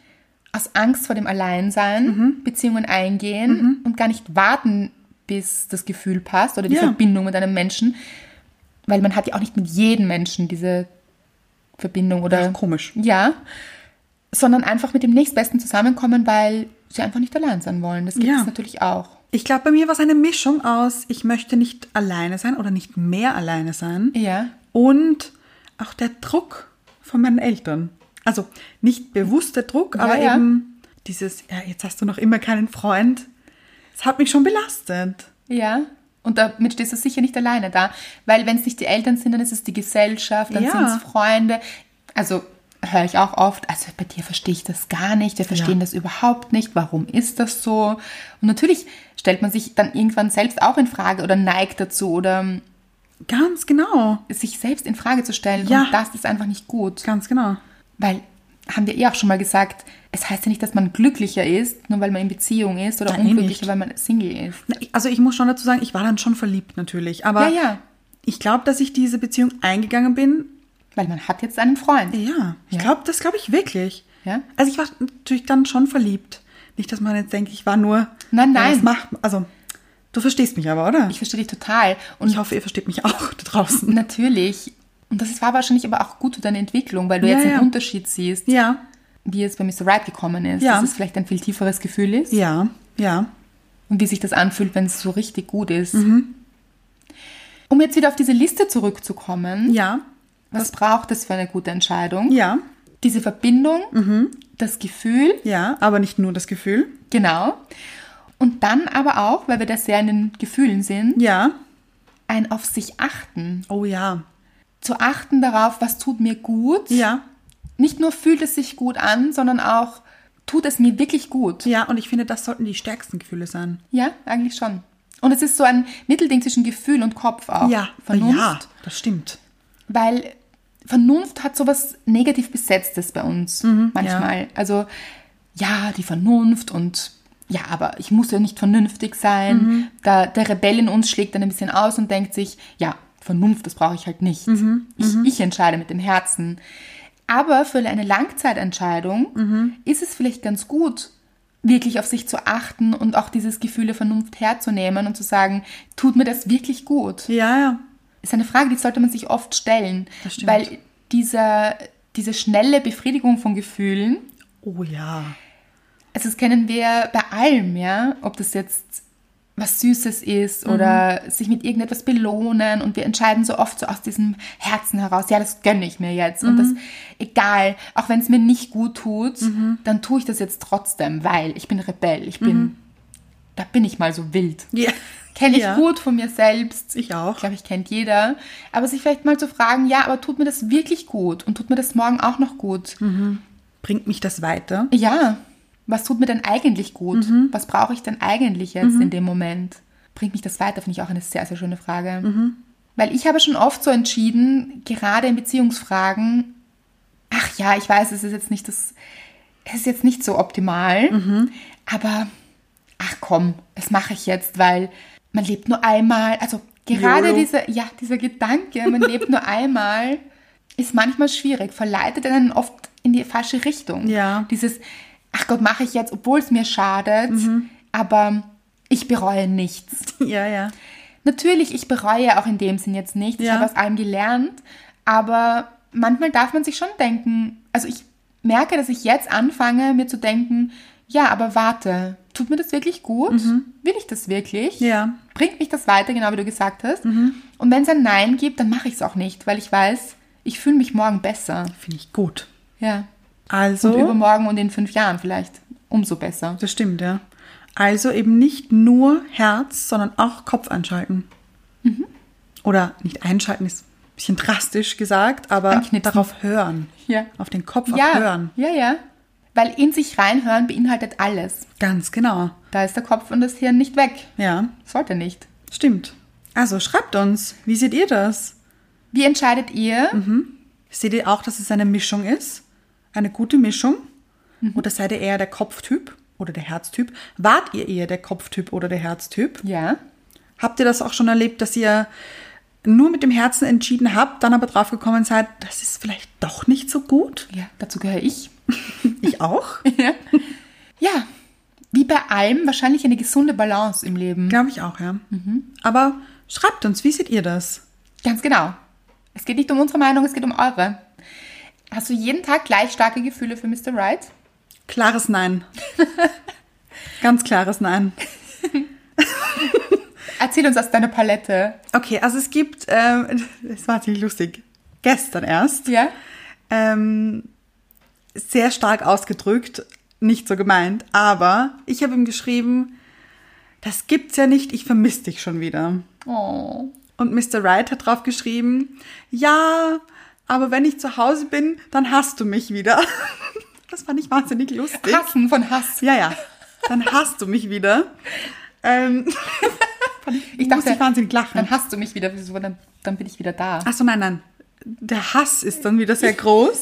aus Angst vor dem Alleinsein Mhm. Beziehungen eingehen und gar nicht warten, bis das Gefühl passt oder die Ja. Verbindung mit einem Menschen, weil man hat ja auch nicht mit jedem Menschen diese Verbindung oder Ach, komisch. ja, sondern einfach mit dem nächstbesten zusammenkommen, weil sie einfach nicht allein sein wollen. Das gibt Ja. es natürlich auch. ich glaube, bei mir war es eine Mischung aus, ich möchte nicht alleine sein oder nicht mehr alleine sein. Ja. Und auch der Druck von meinen Eltern. Also nicht bewusst der Druck, aber ja. eben dieses, ja, jetzt hast du noch immer keinen Freund. Das hat mich schon belastet. Ja. Und damit stehst du sicher nicht alleine da. Weil wenn es nicht die Eltern sind, dann ist es die Gesellschaft, dann Ja. sind es Freunde. Also höre ich auch oft, also bei dir verstehe ich das gar nicht, wir verstehen das überhaupt nicht, warum ist das so? Und natürlich stellt man sich dann irgendwann selbst auch in Frage oder neigt dazu oder ähm, Ganz genau. sich selbst in Frage zu stellen. Ja. Und das ist einfach nicht gut. Ganz genau. Weil, haben wir eh auch schon mal gesagt, es heißt ja nicht, dass man glücklicher ist, nur weil man in Beziehung ist oder Nein, eh unglücklicher, nicht. weil man Single ist. Na, ich- Also ich muss schon dazu sagen, ich war dann schon verliebt natürlich. Aber Ja, ja. ich glaube, dass ich diese Beziehung eingegangen bin. Weil man hat jetzt einen Freund. Ja, ich Ja. glaube, das glaube ich wirklich. Ja. Also ich war natürlich dann schon verliebt. Nicht, dass man jetzt denkt, ich war nur. Nein, Ja, nein. Das macht. Also du verstehst mich aber, oder? Ich Ich, verstehe dich total. Und hoffe, ihr versteht mich [LAUGHS] auch da draußen. natürlich, und das war wahrscheinlich aber auch gut für deine Entwicklung, weil du Ja, jetzt einen ja. Unterschied siehst, Ja, wie es bei Mr. Right gekommen ist. Ja. Dass es vielleicht ein viel tieferes Gefühl ist ja, ja. und wie sich das anfühlt, wenn es so richtig gut ist. Mhm. Um jetzt wieder auf diese Liste zurückzukommen, Ja, was braucht es für eine gute Entscheidung? ja, Mhm. Diese Verbindung, das Gefühl, ja. Aber nicht nur das Gefühl. genau. Und dann aber auch, weil wir da sehr in den Gefühlen sind, Ja. ein auf sich achten. Oh ja. Zu achten darauf, was tut mir gut. Ja. nicht nur fühlt es sich gut an, sondern auch tut es mir wirklich gut. Ja, und ich finde, das sollten die stärksten Gefühle sein. Ja, eigentlich schon. Und es ist so ein Mittelding zwischen Gefühl und Kopf auch. Vernunft. ja, das stimmt. Weil Vernunft hat sowas negativ Besetztes bei uns manchmal. Also, ja, die Vernunft und ja, aber ich muss ja nicht vernünftig sein. Da, der Rebell in uns schlägt dann ein bisschen aus und denkt sich, ja, Vernunft, das brauche ich halt nicht. Ich, ich entscheide mit dem Herzen. Aber für eine Langzeitentscheidung ist es vielleicht ganz gut, wirklich auf sich zu achten und auch dieses Gefühl der Vernunft herzunehmen und zu sagen, tut mir das wirklich gut? Ja, ja. ist eine Frage, die sollte man sich oft stellen. Das stimmt. Weil dieser, diese schnelle Befriedigung von Gefühlen, Oh ja. also das kennen wir bei allem, ja, ob das jetzt was Süßes ist Mhm. oder sich mit irgendetwas belohnen und wir entscheiden so oft so aus diesem Herzen heraus, ja, das gönne ich mir jetzt und das Mhm. egal, auch wenn es mir nicht gut tut, dann tue ich das jetzt trotzdem, weil ich bin Rebell, ich bin, da bin ich mal so wild. Ja. Kenne ich Mhm. Ja. gut von mir selbst. Ich auch. Ich glaube, ich kennt jeder. Aber sich vielleicht mal zu fragen, ja, aber tut mir das wirklich gut und tut mir das morgen auch noch gut? Bringt mich das weiter? [LAUGHS] Ja, was tut mir denn eigentlich gut? Was brauche ich denn eigentlich jetzt in dem Moment? Bringt mich das weiter, finde ich auch eine sehr, sehr schöne Frage. Weil ich habe schon oft so entschieden, gerade in Beziehungsfragen, ach ja, ich weiß, es ist jetzt nicht das, es ist jetzt nicht so optimal, aber ach komm, das mache ich jetzt, weil man lebt nur einmal, also gerade YOLO. dieser, ja, dieser Gedanke, man lebt nur einmal, ist manchmal schwierig, verleitet einen oft in die falsche Richtung. Ja. Dieses, ach Gott, mache ich jetzt, obwohl es mir schadet, aber ich bereue nichts. Ja, ja. Natürlich, ich bereue auch in dem Sinn jetzt nichts. Ich Ja. habe aus allem gelernt. Aber manchmal darf man sich schon denken, also ich merke, dass ich jetzt anfange, mir zu denken, ja, aber warte, tut mir das wirklich gut? Will ich das wirklich? Mhm. Ja. Mhm. Bringt mich das weiter, genau wie du gesagt hast? Und wenn es ein Nein gibt, dann mache ich es auch nicht, weil ich weiß, ich fühle mich morgen besser. Finde ich gut. Ja. Also. Und übermorgen und in fünf Jahren vielleicht umso besser. Das stimmt, ja. Also eben nicht nur Herz, sondern auch Kopf einschalten. Mhm. Oder nicht einschalten ist ein bisschen drastisch gesagt, aber Anknipsen. darauf hören. Ja. Auf den Kopf ja, auch hören. ja, ja. Weil in sich reinhören beinhaltet alles. Ganz genau. Da ist der Kopf und das Hirn nicht weg. Ja, Sollte nicht. stimmt. Also schreibt uns, wie seht ihr das? Wie entscheidet ihr? Mhm. Seht ihr auch, dass es eine Mischung ist? Eine gute Mischung? Oder seid ihr eher der Kopftyp oder der Herztyp? Wart ihr eher der Kopftyp oder der Herztyp? Ja. Habt ihr das auch schon erlebt, dass ihr nur mit dem Herzen entschieden habt, dann aber draufgekommen seid, das ist vielleicht doch nicht so gut? Ja, dazu gehöre ich. Ich auch? Ja. Wie bei allem wahrscheinlich eine gesunde Balance im Leben. Glaube ich auch, ja. Aber schreibt uns, wie seht ihr das? Ganz genau. Es geht nicht um unsere Meinung, es geht um eure. Hast du jeden Tag gleich starke Gefühle für Mr. Right? Klares Nein. Ganz klares Nein. Erzähl uns aus deiner Palette. Okay, also es gibt, [LAUGHS] ähm, es war ziemlich lustig, gestern erst, Ja? ähm, sehr stark ausgedrückt, nicht so gemeint, aber ich habe ihm geschrieben, das gibt's ja nicht, ich vermisse dich schon wieder. Oh. Und Mr. Wright hat drauf geschrieben, ja, aber wenn ich zu Hause bin, dann hast du mich wieder. [LAUGHS] Das fand ich wahnsinnig lustig. Hassen von Hass. Ja, ja, dann hast du mich wieder. Ähm, Ich musste ich wahnsinnig lachen. Dann hast du mich wieder, wieso? dann, dann bin ich wieder da. Achso, nein, nein. Der Hass ist dann wieder sehr groß.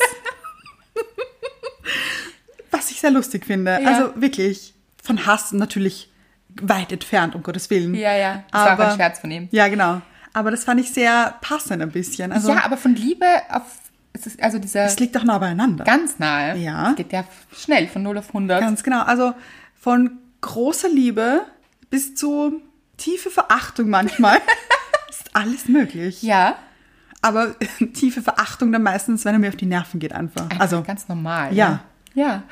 Was ich sehr lustig finde. Ja. Also wirklich, von Hass natürlich weit entfernt, um Gottes Willen. Ja, ja. Das war auch ein Scherz von ihm. Ja, genau. Aber das fand ich sehr passend ein bisschen. Also, ja, aber von Liebe auf, es ist also dieser es liegt doch nah beieinander. ganz nahe. Ja. Es geht ja schnell von 0 auf 100. Ganz genau. Also von großer Liebe bis zu tiefe Verachtung [LAUGHS] manchmal ist alles möglich. ja. Aber [LAUGHS] tiefe Verachtung dann meistens, wenn er mir auf die Nerven geht einfach. Einfach Also, ganz normal. Ja. Ja. Ja.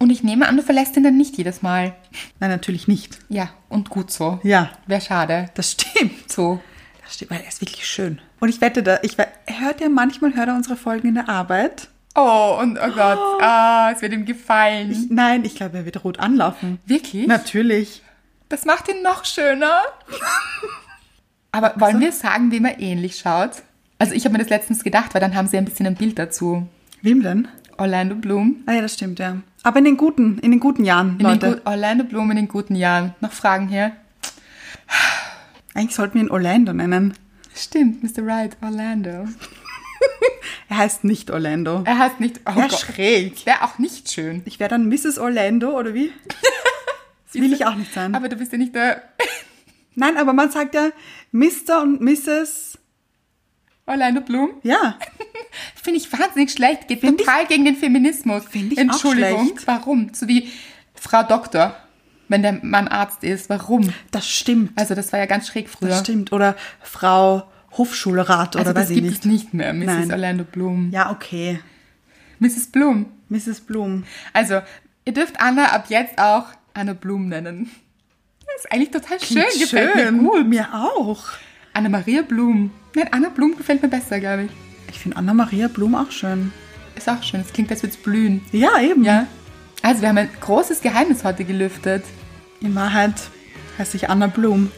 Und ich nehme an, du verlässt ihn dann nicht jedes Mal. nein, natürlich nicht. Ja, und gut so. Ja. Wäre schade. Das stimmt. So. Das stimmt, weil er ist wirklich schön. Und ich wette, da, ich we- hört er manchmal, hört er unsere Folgen in der Arbeit? Oh, und oh Gott. Ah, es wird ihm gefallen. Ich, nein, ich glaube, er wird rot anlaufen. Wirklich? Natürlich. Das macht ihn [LAUGHS] noch schöner. Aber wollen wir sagen, wem er ähnlich schaut? Also ich habe mir das letztens gedacht, weil dann haben sie ein bisschen ein Bild dazu. Wem denn? Orlando Bloom. Ah ja, das stimmt, ja. Aber in den guten, in den guten Jahren, In den Leute. gut, Orlando Bloom in den guten Jahren. Noch Fragen hier? Eigentlich sollten wir ihn Orlando nennen. Stimmt, Mr. Wright, Orlando. Er heißt nicht Orlando. Er heißt nicht... Oh Ja, Gott. schräg. Wäre auch nicht schön. Ich wäre dann Mrs. Orlando, oder [LAUGHS] wie? Das will ich auch nicht sein. Aber du bist ja nicht der Nein, aber man sagt ja Mr. und Mrs. Orlando Bloom. Ja, Finde ich wahnsinnig schlecht. Geht total gegen den Feminismus. Finde ich auch Entschuldigung. schlecht. Warum? So wie Frau Doktor, wenn der Mann Arzt ist. Warum? das stimmt. Also das war ja ganz schräg früher. Das stimmt. Oder Frau Hofschulrat oder also weiß das ich gibt nicht. es nicht mehr, Mrs. Nein. Orlando Bloom. Ja, okay. Mrs. Bloom. Mrs. Bloom. Also, ihr dürft Anna ab jetzt auch Anna Bloom nennen. Ist eigentlich total schön. Klingt gefällt mir gut. Mir auch. Anna-Maria Blum. Nein, Anna Blum gefällt mir besser, glaube ich. Ich finde Anna-Maria Blum auch schön. Ist auch schön. Es klingt, als würde es blühen. Ja, eben. Ja. Also, wir haben ein großes Geheimnis heute gelüftet. In Wahrheit heiße ich Anna Blum.